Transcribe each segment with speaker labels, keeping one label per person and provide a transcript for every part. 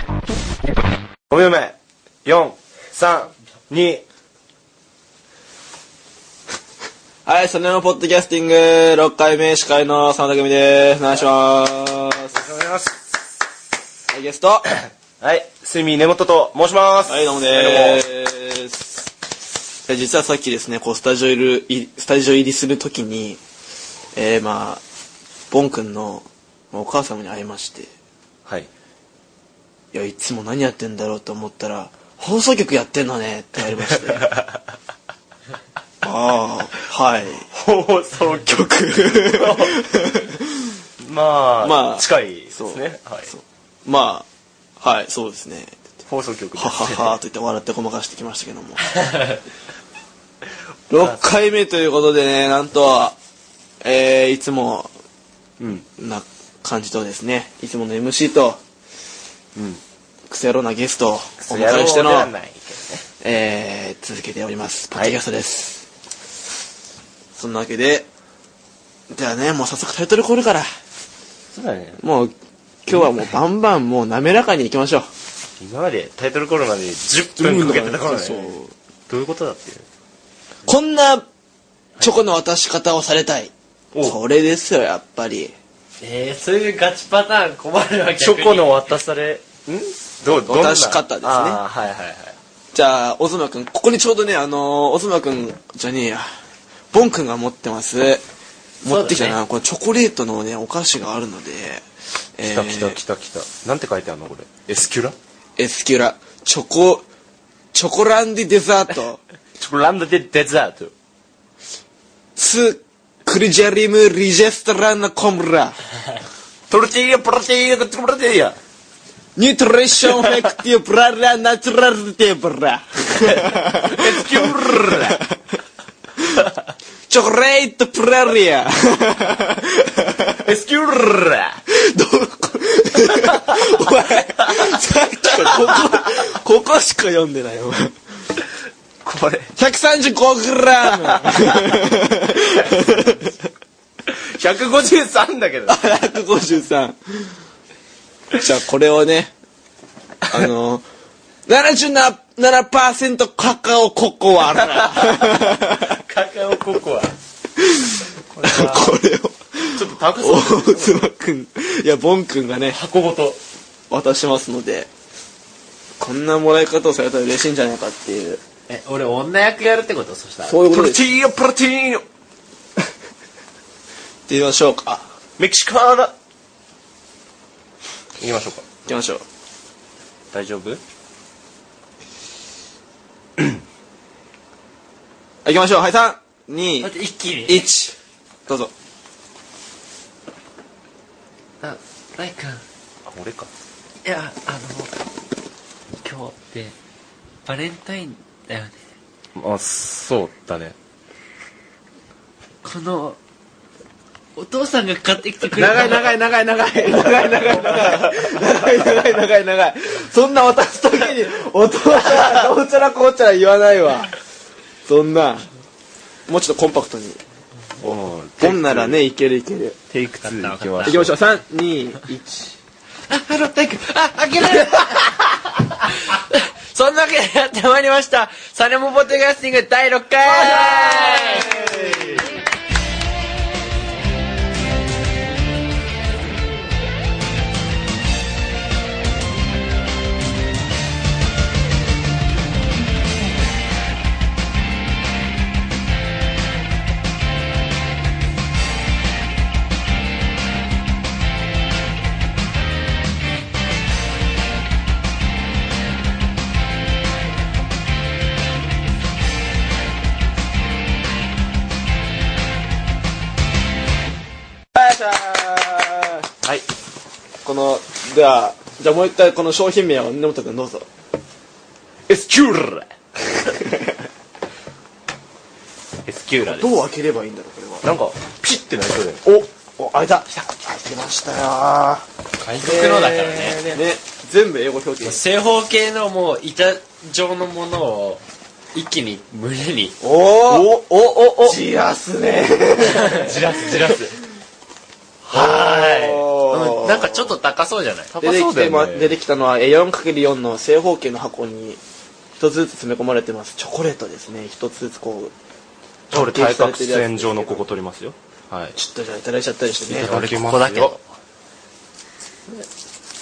Speaker 1: 5秒前432
Speaker 2: はい、それのポッドキャスティング、6回目司会の真田組です。お願いします。
Speaker 1: お願いします
Speaker 2: はい、ゲスト。 は
Speaker 1: はい睡眠根本と申します
Speaker 2: い、どうもでーす。で実はさっきですね、こう、スタジオ入り、スタジオ入りするときに、えー、まあ、ボン君の、まあお母様に会いまして、い
Speaker 1: はい
Speaker 2: や、いつも何やってんだろうと思ったら、放送局やってんのねって言われま して。ああ、はい。
Speaker 1: 放送局
Speaker 2: 曲。
Speaker 1: まあ、
Speaker 2: まあ
Speaker 1: 近いです
Speaker 2: そう
Speaker 1: ね、はい、
Speaker 2: そう まあ、はい、そうですね。
Speaker 1: 放送局です
Speaker 2: はははと言って笑ってごまかしてきましたけども6回目ということでねなんと、えーいつも
Speaker 1: うん
Speaker 2: な感じとですねいつもの MC と
Speaker 1: うん
Speaker 2: クセ野郎なゲストをお迎えし
Speaker 1: それやろうで
Speaker 2: ての
Speaker 1: はないけどね
Speaker 2: えー続けておりますポッドキャストです、そんなわけでじゃあねもう早速タイトルコールから
Speaker 1: そうだね
Speaker 2: もう今日はもうバンバンもう滑らかにいきましょう
Speaker 1: 今までタイトルコールまで10分かけてたからね
Speaker 2: そう
Speaker 1: どういうことだっていう
Speaker 2: こんなチョコの渡し方をされたい、
Speaker 1: お
Speaker 2: それですよやっぱり
Speaker 3: えー、そういうガチパターン困るわけ
Speaker 1: チョコの渡されんどうどんな
Speaker 2: 渡し方ですね
Speaker 1: あーはいはいはい
Speaker 2: じゃあ小妻君ここにちょうどねあのー、小妻君じゃねえやボン君が持ってます持ってきた
Speaker 3: そう
Speaker 2: な、このチョコレートのねお菓子があるので
Speaker 1: 来た来た来た来たなんて書いてあるのこれエスキュラ
Speaker 2: えーエスキュラチョコチョコランディデザート
Speaker 1: チョコランドでデザート
Speaker 2: スクリジャリムリジェストランナコムラ
Speaker 1: トルティーヤプロテイヤトルテイヤ
Speaker 2: ニュートリションフェクティブララナチュラルティブラ
Speaker 1: エスキュラ
Speaker 2: チョコレートプラリア
Speaker 1: エスキュラ
Speaker 2: どこ お前、さっきからここ、ここしか読んでないよ、お前。
Speaker 1: これ
Speaker 2: 135グラム
Speaker 1: 153だけど
Speaker 2: !153。じゃあこれをね、あの、77%カカオココアラ。
Speaker 1: カカオココア
Speaker 2: これを、
Speaker 1: ちょっと高そう
Speaker 2: 大妻くん、いや、ボンくんがね、
Speaker 1: 箱ごと
Speaker 2: 渡しますので、こんなもらい方をされたら嬉しいんじゃないかっていう。
Speaker 3: え俺女役やるってことそしたら
Speaker 2: そういうこ
Speaker 1: ト
Speaker 2: と
Speaker 1: ル
Speaker 2: で
Speaker 1: テ
Speaker 2: す。
Speaker 1: ィーヤプロテイヤ
Speaker 2: ってみましょうか。
Speaker 1: メキシカーラ行きましょうか
Speaker 2: 行きましょう。
Speaker 1: 大丈夫
Speaker 2: 行きましょう。はい、3、2
Speaker 3: だっ、て一気に
Speaker 2: 一、どうぞ。
Speaker 3: あライ君
Speaker 1: あ俺か
Speaker 3: いやあの今日ってバレンタインだよね
Speaker 1: あそうだね
Speaker 3: このお父さんが買ってきてくれた
Speaker 2: 長い長
Speaker 3: い
Speaker 2: い長い長い長い長い長い長い長い長い長いそんな渡す時にお父さんどうちゃらこうちゃら言わないわそんなもうちょっとコンパクトに
Speaker 1: おー
Speaker 2: ボンならねいけるいける
Speaker 1: テイク2行きま
Speaker 2: い
Speaker 1: し
Speaker 2: き
Speaker 1: ょう
Speaker 2: ましょう321
Speaker 3: あハローライ君あ開けられるそんなわけでやってまいりましたサネモポッドキャスティング第6回
Speaker 1: はい
Speaker 2: このではじゃあもう一回この商品名を根本君どうぞ
Speaker 1: エスキューラエスキューラです
Speaker 2: どう開ければいいんだろうこれは
Speaker 1: なんかピッてなりそうだよね
Speaker 2: おお開いた開けましたよー
Speaker 3: 海賊のだからね
Speaker 2: ね全部英語表記
Speaker 3: 正方形のもう板状のものを一気に胸に
Speaker 2: お おおおおじらすね
Speaker 1: じらすじらす
Speaker 2: おー
Speaker 4: はい、うんなんかちょっと高そうじゃない
Speaker 2: 出
Speaker 1: 高
Speaker 2: て
Speaker 1: そ
Speaker 2: き
Speaker 1: うだ
Speaker 2: て、ま
Speaker 1: よね
Speaker 2: 出てきたのは 4×4 の正方形の箱に一つずつ詰め込まれてますチョコレートですね一つずつこう
Speaker 1: これ対角線上のここ取りますよはい
Speaker 2: ちょっとじゃあいただいちゃったりしてね
Speaker 1: いただきますよ
Speaker 4: 俺ここだけど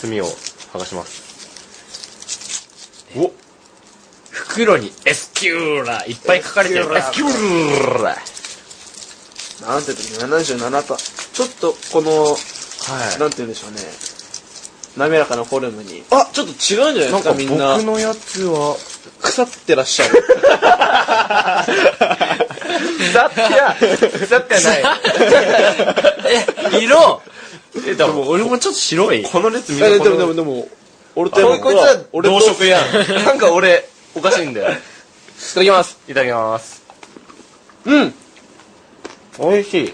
Speaker 1: 墨を剥がします
Speaker 4: お袋にエスキューラいっぱい書かれてるエスキューラ
Speaker 2: なんて言うの77とちょっとこの
Speaker 1: は
Speaker 2: なんて言うんでしょうね滑らかなフォルムにあちょっと違うんじゃな
Speaker 1: な
Speaker 2: いで
Speaker 1: ん
Speaker 2: すか
Speaker 1: か
Speaker 2: み
Speaker 1: 僕
Speaker 2: んな
Speaker 1: のやつは
Speaker 2: 腐ってらっしゃる
Speaker 1: だってやだってない
Speaker 4: え色えでも俺もちょっと白い
Speaker 1: この列みんな
Speaker 2: え
Speaker 1: こ
Speaker 2: で
Speaker 1: の
Speaker 2: もでもでも俺と
Speaker 1: こ
Speaker 2: 山
Speaker 1: い
Speaker 2: 子
Speaker 1: こいつは
Speaker 2: 俺と
Speaker 1: 同色やんなんか俺おかしいんだよ
Speaker 2: いただきます
Speaker 1: いただきます
Speaker 2: うん
Speaker 1: 美味しい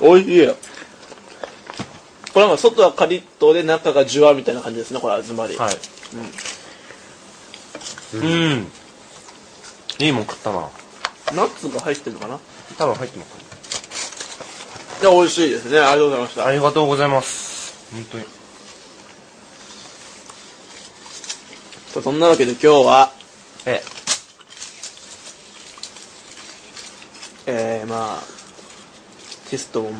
Speaker 2: 美味しいこれは外はカリッとで中がジュワみたいな感じですねこれあずまり、
Speaker 1: はいうん、いいもん食ったな
Speaker 2: ナッツが入ってるのかな
Speaker 1: 多分入ってます
Speaker 2: いや美味しいですねありがとうございました
Speaker 1: ありがとうございます本当に
Speaker 2: そんなわけで今日は
Speaker 1: え
Speaker 2: えー、まあテストも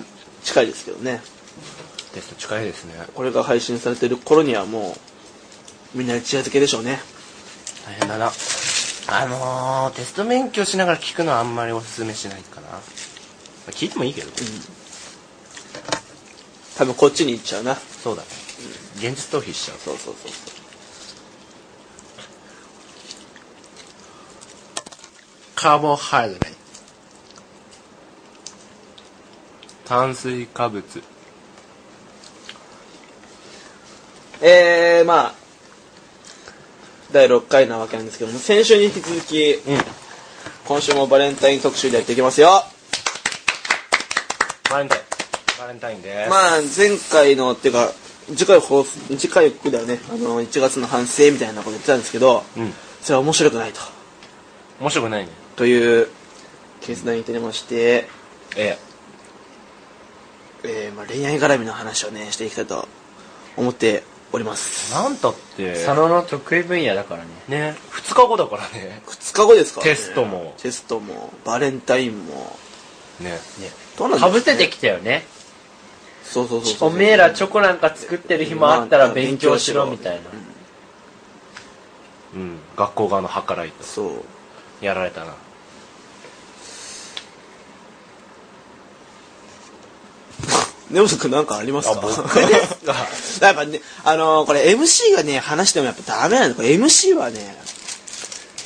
Speaker 2: 近いですけどね
Speaker 1: テスト近いですね
Speaker 2: これが配信されてる頃にはもうみんな一夜漬けでしょうね
Speaker 1: 大変だなあのー、テスト勉強しながら聞くのはあんまりおすすめしないかなまあ聞いてもいいけど
Speaker 2: 多分こっちに行っちゃうな
Speaker 1: そうだね現実逃避しちゃう
Speaker 2: そうそうそうそう
Speaker 4: カーボンハイドレート
Speaker 1: 炭水化物
Speaker 2: えー、まあ第6回なわけなんですけども先週に引き続き、今週もバレンタイン特集でやっていきますよ
Speaker 1: バレンタインバレンタインです、
Speaker 2: まあ前回のっていうか次回放送次回だよねあの1月の反省みたいなこと言ってたんですけど
Speaker 1: うん
Speaker 2: それは面白くないと
Speaker 1: 面白くないね
Speaker 2: という決断に至りまして、
Speaker 1: え
Speaker 2: えーまあ、恋愛絡みの話をねしていきたいと思っております
Speaker 1: なんたって
Speaker 3: 佐野の得意分野だからね
Speaker 1: ね2日後だからね
Speaker 2: 2日後ですか
Speaker 1: テストも
Speaker 2: テストもバレンタインも
Speaker 1: ね
Speaker 2: どうなん
Speaker 3: か
Speaker 2: で
Speaker 3: ぶ
Speaker 2: すか
Speaker 3: せ
Speaker 2: ね
Speaker 3: てきたよね
Speaker 2: そうそうそうそう
Speaker 3: おめえらチョコなんか作ってる暇あったら勉強しろみたいな
Speaker 1: うん学校側の計らいと
Speaker 2: そう
Speaker 1: やられたな
Speaker 2: 根本君なんかあります
Speaker 1: あ
Speaker 2: か
Speaker 1: 僕
Speaker 2: やっぱねあのーこれ MC がね話してもやっぱダメなのこれ MC はね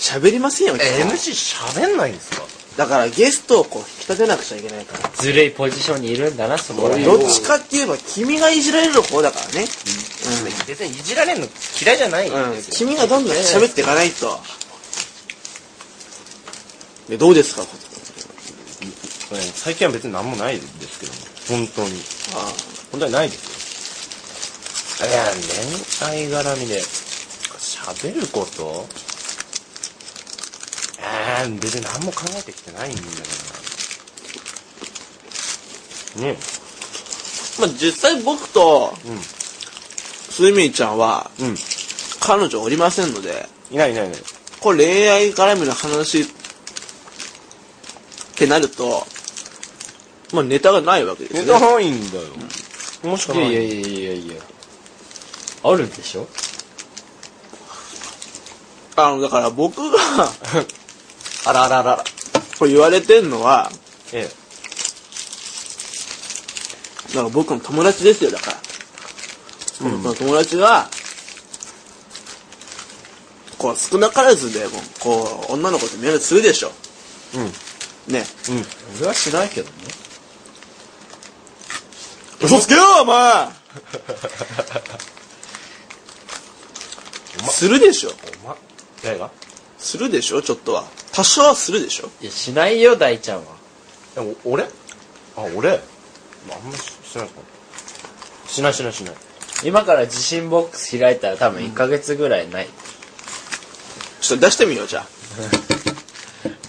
Speaker 2: 喋りませんよ基本
Speaker 1: MC 喋んないんですか
Speaker 2: だからゲストをこう引き立てなくちゃいけないから
Speaker 3: ずるいポジションにいるんだなそこら
Speaker 2: どっちかって言えば君がいじられる方だからね
Speaker 1: 別にいじられるの嫌いじゃないん
Speaker 2: うん、うん
Speaker 1: で、すよ、
Speaker 2: 君がどんどん喋っていかないとでどうですか
Speaker 1: うん最近は別に何もないですけども本当に
Speaker 2: あ
Speaker 1: 本当にないですよいや恋愛絡みで喋ることえー、別に何も考えてきてないんだよなね
Speaker 2: ーまあ実際僕と
Speaker 1: うん
Speaker 2: スミーちゃんは
Speaker 1: うん
Speaker 2: 彼女おりませんので
Speaker 1: いないいないいない
Speaker 2: これ恋愛絡みの話ってなると、まあネタがないわけですよ
Speaker 1: ネ
Speaker 2: ね。
Speaker 1: タないんだよ面白く
Speaker 3: い
Speaker 1: な
Speaker 3: や
Speaker 1: い
Speaker 3: いやいやいやいやあるんでしょ
Speaker 2: あの、だから僕が
Speaker 1: あらあらあら
Speaker 2: これ言われてんのは、
Speaker 1: え
Speaker 2: だから僕の友達ですよ、だから。僕の友達が、こう少なからずでも、こう、女の子ってメールするでしょ。
Speaker 1: えうん
Speaker 2: ね。
Speaker 1: うん
Speaker 4: 俺はしないけどね
Speaker 2: 嘘つけよ、お前 するでしょ。
Speaker 1: お前誰が
Speaker 2: するでしょ、ちょっとは。多少はするでしょ。
Speaker 3: いやしないよ大ちゃんは
Speaker 1: えお俺あ俺あんまししないかもしないしないしない
Speaker 3: 今から自信ボックス開いたら多分1ヶ月ぐらいない
Speaker 2: ちょっと出してみよう、じゃあ。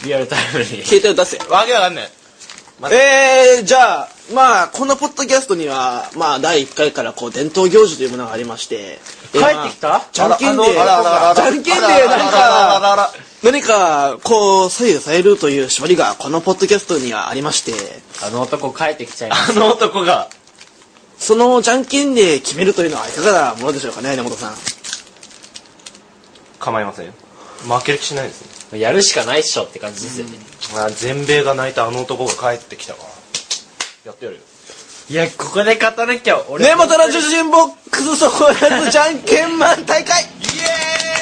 Speaker 3: リアルタイムに
Speaker 2: 携帯を出せ。
Speaker 1: わけわかんないまず
Speaker 2: えー、じゃあ、まあ、このポッドキャストには、まあ、第1回からこう、伝統行事というものがありまして。帰
Speaker 4: ってきた
Speaker 2: じゃんけんで、じ
Speaker 1: あらあらあらあらあら
Speaker 2: ゃんけんで、なん
Speaker 1: あらあらあらあらあら
Speaker 2: か、何か、こう、左右されるという縛りが、このポッドキャストにはありまして、
Speaker 4: あの男帰ってきちゃいます
Speaker 1: あの男が、
Speaker 2: その、じゃんけんで決めるというのは、いかがなものでしょうかね、根本さん。
Speaker 1: 構いませんよ。負ける気しないですね。
Speaker 4: やるしかないっしょって感じですよね、
Speaker 1: あ全米が泣いたあの男が帰ってきたから。やってやるよ。
Speaker 4: いやここで勝たなきゃ俺
Speaker 2: 根本の受信ボックス争奪じゃんけんマン大会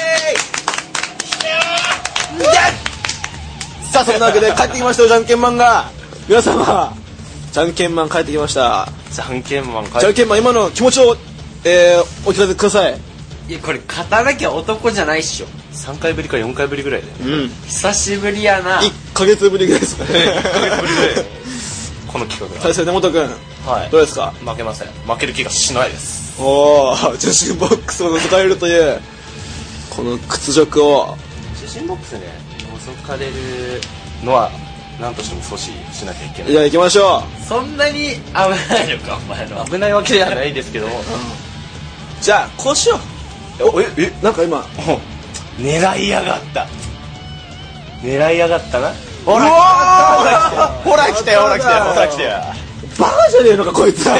Speaker 2: イエーイさあそんなわけで帰ってきましたよじゃんけんマンが皆様じゃんけんマン帰ってきました
Speaker 1: じゃんけんマン帰っ
Speaker 2: じゃ
Speaker 1: て
Speaker 2: んけんマン今の気持ちを、えー、お聞かせください
Speaker 4: いやこれ勝たなきゃ男じゃないっしょ
Speaker 1: 3回ぶりか4回ぶりぐらいで。
Speaker 2: うん
Speaker 4: 久しぶりやな
Speaker 2: 1ヶ月ぶりぐらい ですかね
Speaker 1: ぶりぐらいで。この企画
Speaker 2: 対戦根本君
Speaker 1: が。はい
Speaker 2: ど。うですか
Speaker 1: 負けません。負ける気がしないです。
Speaker 2: おお受信ボックスを覗かれるというこの屈辱を
Speaker 1: 写真ボックスね、覗かれるのは、何としても阻止しなきゃいけない
Speaker 2: じ。ゃあ行きましょう
Speaker 4: そんなに危ないのかお前の
Speaker 1: 危ないわけじゃないですけども。
Speaker 2: じゃあこうしよ
Speaker 1: おえ、え、
Speaker 2: うなんか今
Speaker 1: もう狙いやがった狙いやがったな
Speaker 2: ほら
Speaker 1: ほら来た よほら来たよほら来たよ
Speaker 2: バカじゃねえのかこいつは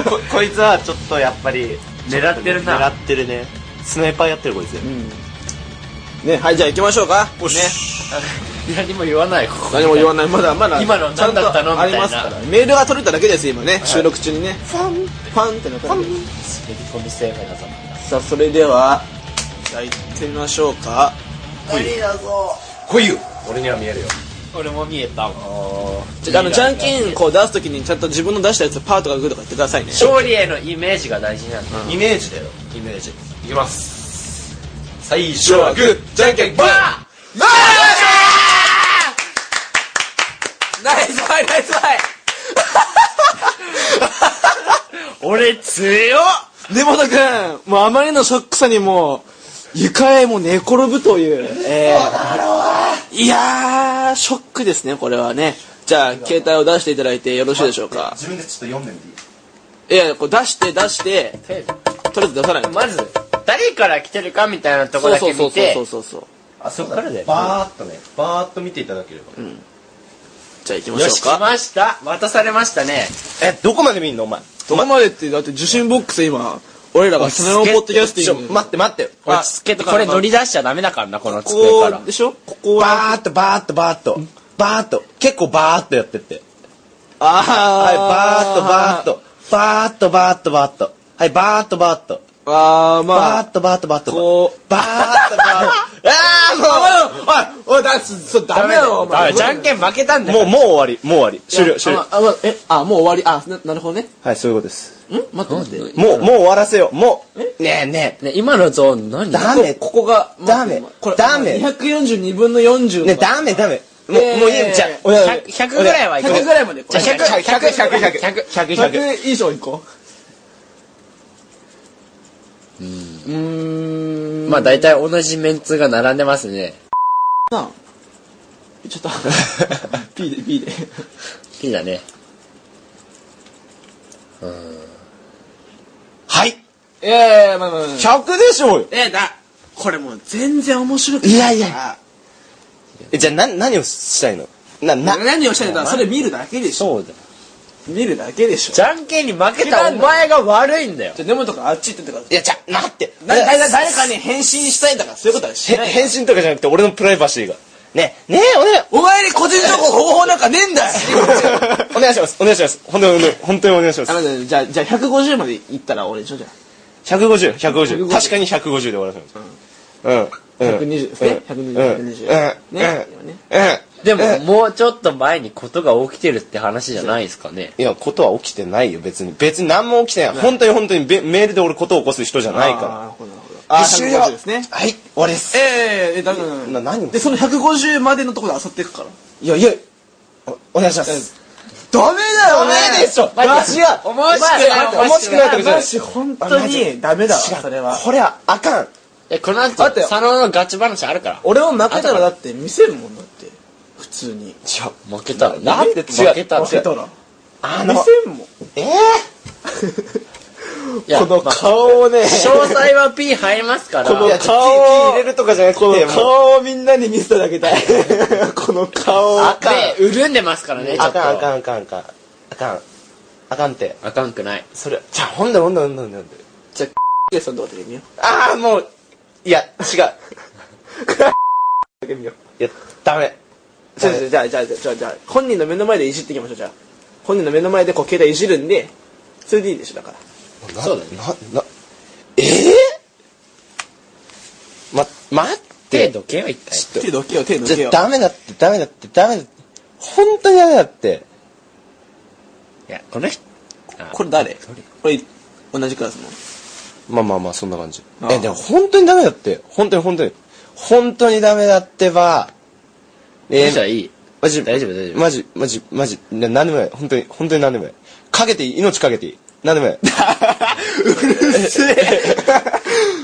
Speaker 1: ここいつはちょっとやっぱり
Speaker 4: 狙ってるな
Speaker 1: 狙ってるねスナイパーやってるこいつ
Speaker 2: ねはいじゃあ行きましょうかね
Speaker 4: 何も言わないここ
Speaker 2: 何も言わないまだまだ
Speaker 4: 今の
Speaker 2: ちゃんと
Speaker 4: 何だったのみ
Speaker 2: あ
Speaker 4: たい
Speaker 2: り
Speaker 4: な
Speaker 2: ますからメールが取れただけです今ね収録中にねファンファンってなったんで
Speaker 4: 滑り込み生皆様
Speaker 2: さあそれではじゃあ行ってみましょうか
Speaker 1: 来いよ俺には見えるよ
Speaker 4: 俺も見えたわ
Speaker 2: じゃああのじゃんけんこう出すときにちゃんと自分の出したやつパーとかグーとか言ってくださいね
Speaker 4: 勝利へのイメージが大事なんだ
Speaker 1: イメージだよイメージいきます最初
Speaker 2: はグー
Speaker 1: じゃんけんパー
Speaker 2: ナイスファイナイスファイ
Speaker 4: 俺強っ
Speaker 2: 根本くん、もうあまりのショックさにもう、床へもう寝転ぶという。えー、いやー、ショックですね、これはね。じゃあ、携帯を出していただいてよろしいでしょうか。
Speaker 1: 自分でちょっと読んでみていい
Speaker 2: いやいや、こう出して出して、とりあえず出さないと。
Speaker 4: まず誰から来てるかみたいなとこ
Speaker 2: そう
Speaker 4: だ
Speaker 2: そ
Speaker 4: け
Speaker 2: うそうそう
Speaker 4: 見て
Speaker 2: そうそうそう。
Speaker 1: あそっ
Speaker 4: からだよ
Speaker 1: バーっとねバーっと見ていただければ
Speaker 2: じゃあ行きま
Speaker 4: よ
Speaker 2: し
Speaker 4: し
Speaker 2: ょう
Speaker 4: 来
Speaker 2: か。
Speaker 4: ました渡されましたね
Speaker 1: えどこまで見んのお前
Speaker 2: どこまでって、だって受信ボックス今、俺らがそのポッドキャステ
Speaker 1: ち
Speaker 2: ィ
Speaker 1: ょ
Speaker 2: ング。
Speaker 1: 待って待って
Speaker 4: 落ち着けとかこれ乗り出しちゃダメだからなこの
Speaker 2: こ
Speaker 4: 机から
Speaker 2: こでしょここは。
Speaker 1: バーっとバーっとバーっとバーっと結構バーっとやってってはいバ
Speaker 2: あ
Speaker 1: ーっとバーっとバーっとバーっとバーっとはいバーっとバーっと
Speaker 2: ー。あー、まあ
Speaker 1: バー。っとバーっとバーっと
Speaker 2: こう、
Speaker 1: バーっとバーっ
Speaker 2: ああ、もう、おい、おい、だ、そ、ダメだよ、お
Speaker 4: ダ
Speaker 2: 前。
Speaker 4: メじゃんけん負けたん
Speaker 1: と
Speaker 4: だよ
Speaker 1: もうもう終わりもう終わり終了終了
Speaker 2: あ、ま、え、あ、もう終わり。あ、な、なるほどね。
Speaker 1: はいそういうことです
Speaker 2: ん待って待って。
Speaker 1: もうもう終わらせようもうねえね
Speaker 4: ね今のゾーン何
Speaker 1: えダメ
Speaker 2: ここが、
Speaker 1: ダメ
Speaker 2: これ、
Speaker 1: ダメ
Speaker 2: 242分の40。
Speaker 1: ねえダメダメもう
Speaker 2: えー
Speaker 1: もういいじゃあ
Speaker 2: おいおい
Speaker 4: 100 100ぐらい はいこう
Speaker 2: 100ぐらいまで。
Speaker 4: じゃあ
Speaker 2: 100
Speaker 4: 100 100 100 100 100 100
Speaker 2: 100以上いこう。うーん。
Speaker 4: まあ大体同じメンツが並んでますね
Speaker 2: な ちょっと、P で、P で。
Speaker 4: いいだね
Speaker 1: はい
Speaker 2: いやいや、まあまあまあ。
Speaker 1: 100でしょうよ
Speaker 2: え、だ。これもう全然面白くない
Speaker 1: いやいや。えじゃあな何をしたいのなな
Speaker 2: 何をしたいんだそれ見るだけでしょ。
Speaker 4: そうだ
Speaker 2: 見るだけでしょ。
Speaker 4: じゃんけんに負けたお前が悪いんだよ
Speaker 2: じゃあ根本からあっち行っててくださ
Speaker 1: いやじゃあ待って
Speaker 2: い。だだだ誰かに返信したいんだからそういうことはし
Speaker 1: へ
Speaker 2: ない。
Speaker 1: 返信とかじゃなくて俺のプライバシーがねえねえお願い
Speaker 2: お前に個人情報方法なんかねえんだよ
Speaker 1: お願いしますお願いします本当にお願い本当にお願いしま
Speaker 2: あ
Speaker 1: す
Speaker 2: のねじゃあ、じゃあ150まで行ったら俺でしょじゃあ。
Speaker 1: 150150
Speaker 2: 150
Speaker 1: 確かに150で終わらせますうん
Speaker 2: 120ですね。
Speaker 1: うん
Speaker 2: 120、
Speaker 1: うん
Speaker 2: 120。ね
Speaker 1: うん
Speaker 2: 今ね。
Speaker 1: うん
Speaker 4: でももうちょっと前にことが起きてるって話じゃないですかね
Speaker 1: いやことは起きてないよ別に別に何も起きてない本当に本当にべメールで俺ことを起こす人じゃない
Speaker 2: あーな
Speaker 1: か
Speaker 2: るほどなるほど。
Speaker 1: ら
Speaker 2: あ、
Speaker 1: 終了
Speaker 2: 150ですね。
Speaker 1: はい終わりです
Speaker 2: ええ、え、だから。
Speaker 1: な何を
Speaker 2: で、その150までのところで漁っていくから。
Speaker 1: いやいやおお願いします
Speaker 2: ダメだよね
Speaker 1: ダメでしょわしはお
Speaker 2: 面白
Speaker 1: 前面白くないとかじゃない
Speaker 2: 本当にダメだわ、それは。
Speaker 1: これはあかん
Speaker 4: いやこの後
Speaker 2: 待ってよ
Speaker 4: 佐野のガチ話あるから
Speaker 2: 俺も負けたらだって見せるもんだって。普通に
Speaker 4: じゃあ負けたのなんで
Speaker 2: 違う
Speaker 4: 負けたの
Speaker 2: 負けたら
Speaker 1: あ
Speaker 2: 見
Speaker 1: の、
Speaker 2: せんもん
Speaker 1: えー、
Speaker 4: いや
Speaker 2: この顔をね
Speaker 4: 詳細は P 入りますから
Speaker 2: この
Speaker 1: いや、
Speaker 2: 顔を
Speaker 1: 口に入れるとかじゃなくて、
Speaker 2: この
Speaker 1: もう
Speaker 2: 顔をみんなに見せただけだこの顔を
Speaker 1: あかん
Speaker 4: で潤んでますからねちょ
Speaker 1: あ
Speaker 4: っと
Speaker 1: かん、あかん、あかん、あかん。あかん。あかんって。
Speaker 4: あかんくない
Speaker 1: それ、じゃあ、ほんで、ほんで、ほんで、ほんでほんで。
Speaker 2: じゃあゲさんとかで見よ
Speaker 1: ああ、もう、い や、違う。
Speaker 2: う見よ
Speaker 1: いや、ダメ。
Speaker 2: うじゃあじゃあじゃあじゃあじゃあじゃあ本人の目の前でいじっていきましょうじゃあ本人の目の前でこう携帯いじるんでそれでいいでしょだから
Speaker 4: そうだね
Speaker 1: な、な、ええま、待って
Speaker 4: 手。どけよ一回
Speaker 2: 手どけよ手どけ
Speaker 1: じゃ
Speaker 2: よ
Speaker 1: あダメだって、ダメだって、ダメだって。本当にダメだって。
Speaker 4: いやこの人あ
Speaker 2: これ誰これ同じクラスの
Speaker 1: まあまあまあ、そんな感じ
Speaker 2: あ。あ
Speaker 1: え、でも本当にダメだって。本当に本当に。本当にダメだってば。
Speaker 4: こ
Speaker 1: え
Speaker 4: の人は
Speaker 1: ー、
Speaker 4: いい
Speaker 1: マジ、
Speaker 4: 大丈夫大丈夫
Speaker 1: マジ、マジ、マジ、ななんでもない。本当に、本当になんでもない。かけていい。命かけていい。なんでもない。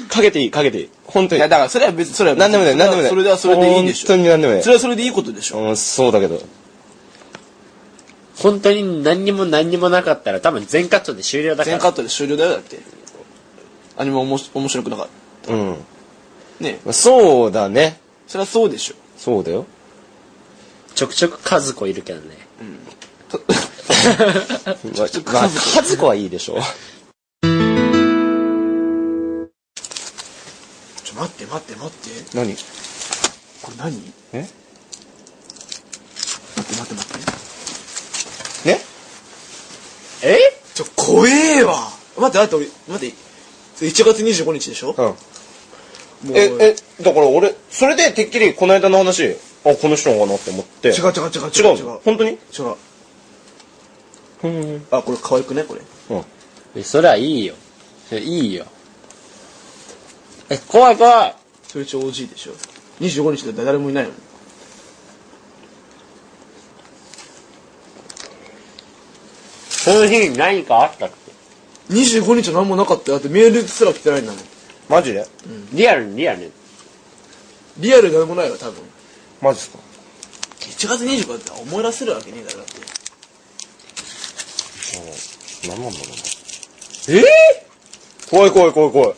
Speaker 1: かけていい、かけていい。本当
Speaker 2: い
Speaker 1: に
Speaker 2: や。だからそれは別にそれは別
Speaker 1: なんでもない、なんでもない。
Speaker 2: それはそれでいいでしょ
Speaker 1: 本当になんでもない
Speaker 2: そ。れはそれでいいことでしょ
Speaker 1: うん、そうだけど。
Speaker 4: 本当に何にも何にもなかったら多分全カットで終了だか
Speaker 2: 全
Speaker 4: ら
Speaker 2: カットで終了だよだって何もおもし面白くなかっ
Speaker 1: うん。
Speaker 2: たねえ
Speaker 1: まあそうだね。
Speaker 2: それはそうでしょ
Speaker 1: そうだよ。
Speaker 4: ちょくちょく和子いるけどね
Speaker 1: まあ、まあ、和子はいいでしょ。
Speaker 2: ちょ待って待って待って
Speaker 1: 何
Speaker 2: これ何
Speaker 1: え
Speaker 2: 待って待って待って
Speaker 1: ね
Speaker 4: え
Speaker 2: ちょ怖えわ待って待って俺待ってそれ1月25日でしょも
Speaker 1: うん。
Speaker 2: う
Speaker 1: え、え、だから俺、それでてっきりこの間の話、あ、この人なのかなって思って。
Speaker 2: 違う違う違う
Speaker 1: 違
Speaker 2: 違う
Speaker 1: う
Speaker 2: 違
Speaker 1: の
Speaker 2: う
Speaker 1: 本当に
Speaker 2: 違う
Speaker 1: うん。
Speaker 2: あこれ可愛くねこれ
Speaker 4: えそれはいいよそれいいよえ怖い怖い
Speaker 2: それ一応 OG でしょ25日で誰もいないのに
Speaker 4: その日に何かあったって
Speaker 2: 25日は何もなかったよだってメールすら来てないんだもん
Speaker 1: マジで
Speaker 4: リアルにリアルに
Speaker 2: リアルで何もないわ多分
Speaker 1: マジっすか
Speaker 2: 1月25だって思い出せるわけねえだろだって
Speaker 1: 何なんだろうな。えぇ怖い怖い怖い怖い。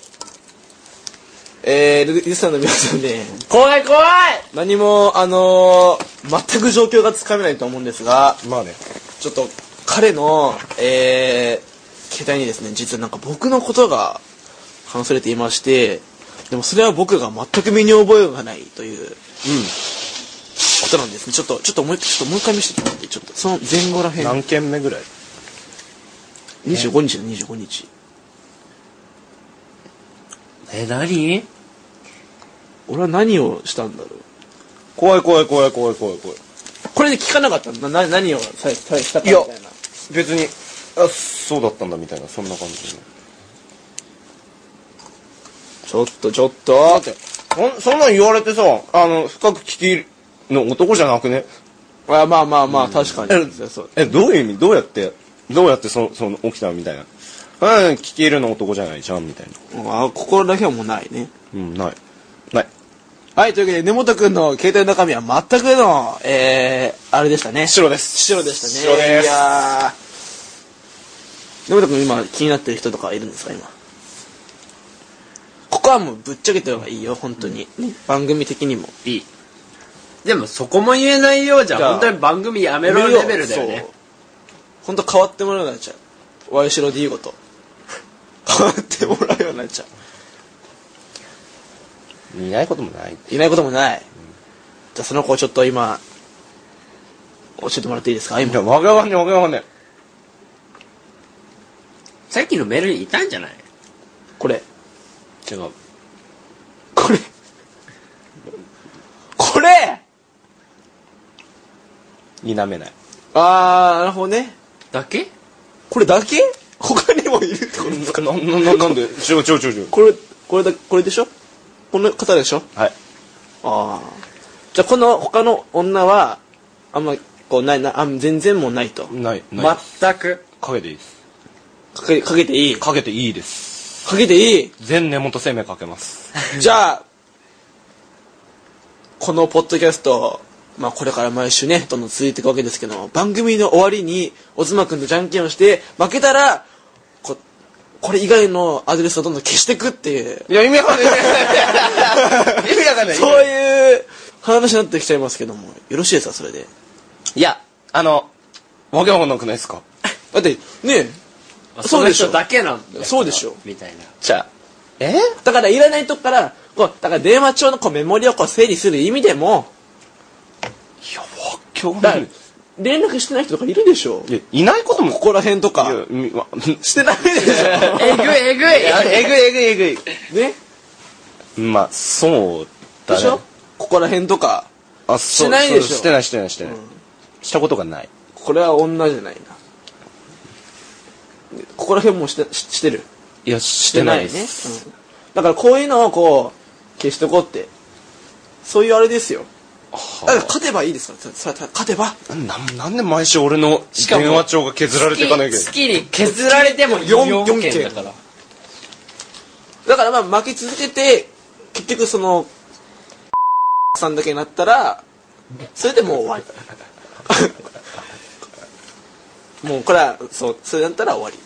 Speaker 2: えー、ルルさんの皆さんね
Speaker 4: 怖い怖い
Speaker 2: 何もあのー、全く状況がつかめないと思うんですが
Speaker 1: まあね。
Speaker 2: ちょっと彼のえー、携帯にですね実はなんか僕のことが話されていましてでもそれは僕が全く身に覚えがないという、ことなんですねちょっとちょっともうちょっともう一回見せてもらってちょっとその前後らへん
Speaker 1: 何件目ぐらい
Speaker 2: 25日だ25日
Speaker 4: え何
Speaker 2: 俺は何をしたんだろう
Speaker 1: 怖い怖い怖い怖い怖い怖い。
Speaker 2: これで聞かなかったのなな何をささしたかみ
Speaker 1: いや
Speaker 2: たいな
Speaker 1: 別に、あ、そうだったんだみたいな、そんな感じでね。
Speaker 2: ちょっとちょっと
Speaker 1: だって、そんそんなん言われてさ、あの、深く聞き入るの男じゃなくね
Speaker 2: まあまあまあまあ確かに、
Speaker 1: え
Speaker 2: そう
Speaker 1: え、どういう意味どうやって、どうやってそその起きたのみたいな。うん、聞き入るの男じゃないじゃんみたいな。
Speaker 2: うんあ心だけはもうないね
Speaker 1: うん、ない。ない。
Speaker 2: はいというわけで根本くんの携帯の中身は全くのえー、あれでしたね
Speaker 1: 白です。
Speaker 2: 白でしたね
Speaker 1: 白です
Speaker 2: いやー根本くん今気になってる人とかいるんですか今ここはもうぶっちゃけた方がいいよ本当に、ね番組的にも
Speaker 4: いいでもそこも言えないようじゃ
Speaker 2: じゃあ
Speaker 4: 本当に番組やめろレベルだよね
Speaker 2: そう本当変わってもらうようになっちゃうワイシロ D ごと変わってもらうようになっちゃう
Speaker 1: いないこともない。
Speaker 2: いないこともない。じゃあその子をちょっと今、教えてもらっていいですか
Speaker 1: いや、
Speaker 2: 今。
Speaker 1: わがわね、わがわね。
Speaker 4: さっきのメールにいたんじゃない
Speaker 2: これ。
Speaker 4: 違う
Speaker 2: これ。これ
Speaker 1: 否めない。
Speaker 2: あー、なるほどね。
Speaker 4: だけ
Speaker 2: これだけ他にもいるってことですか
Speaker 1: な、な、ななんで、違う違う違う違う。
Speaker 2: これ、これだ、これでしょこの方でしょ
Speaker 1: はい。
Speaker 2: あー。じゃあこの他の女は、あんま、こう、ないな、あん全然もうないと。
Speaker 1: ない、ないです。
Speaker 4: 全く
Speaker 1: かけていいです。
Speaker 2: かけ、かけていいか
Speaker 1: かけていいです。
Speaker 2: けていい
Speaker 1: 全根元生命かけます。
Speaker 2: じゃあ、このポッドキャスト、まあこれから毎週ね、どんどん続いていくわけですけども、番組の終わりに、おつまくんとじゃんけんをして、負けたら、こ、これ以外のアドレスをどんどん消していくっていう、
Speaker 1: いや、意味わかんない。意味わかんない。
Speaker 2: そういう話になってきちゃいますけども、よろしいですか、それで。
Speaker 1: いや、あの、わけわかんなくないですか
Speaker 2: だって、ねそ
Speaker 4: そうう
Speaker 2: で
Speaker 4: で
Speaker 2: し
Speaker 4: し
Speaker 2: ょ
Speaker 4: ょ。だけなんだよ
Speaker 2: そうでしょ
Speaker 4: みたいな。
Speaker 1: じゃあ、え
Speaker 2: だからいらないとこから、こう、だから電話帳のこうメモリをこう整理する意味でも、
Speaker 1: 今日
Speaker 2: だから連絡してない人とかいるでしょ
Speaker 1: いや、いないことも、
Speaker 2: ここら辺とか。
Speaker 1: いやみわ
Speaker 2: してないでしょ
Speaker 4: えぐいえぐい
Speaker 1: いやえぐいえぐいえぐ
Speaker 2: ね
Speaker 1: い。まあ、そうだ
Speaker 2: で
Speaker 1: ね。
Speaker 2: しょここら辺とか。
Speaker 1: あ、そう
Speaker 2: してないでしょ
Speaker 1: そうしてない、してない、してない。したことがない。
Speaker 2: これは女じゃないな。ここら辺もして、ししてる。
Speaker 1: いや、し
Speaker 2: ね、うんだからこういうのをこう、消しとこうって。そういうあれですよ。だから勝てばいいですから、ささ勝てば。
Speaker 1: なんなんで毎週俺の
Speaker 4: かも
Speaker 1: 電話帳が削られていかなきゃいけない
Speaker 4: 月に削られても4
Speaker 2: 四
Speaker 4: 件
Speaker 2: 件
Speaker 4: だから。
Speaker 2: だからまあ負け続けて、結局その、さんだけになったら、それでもう終 わり。もうこれは、そう、それだったら終わり。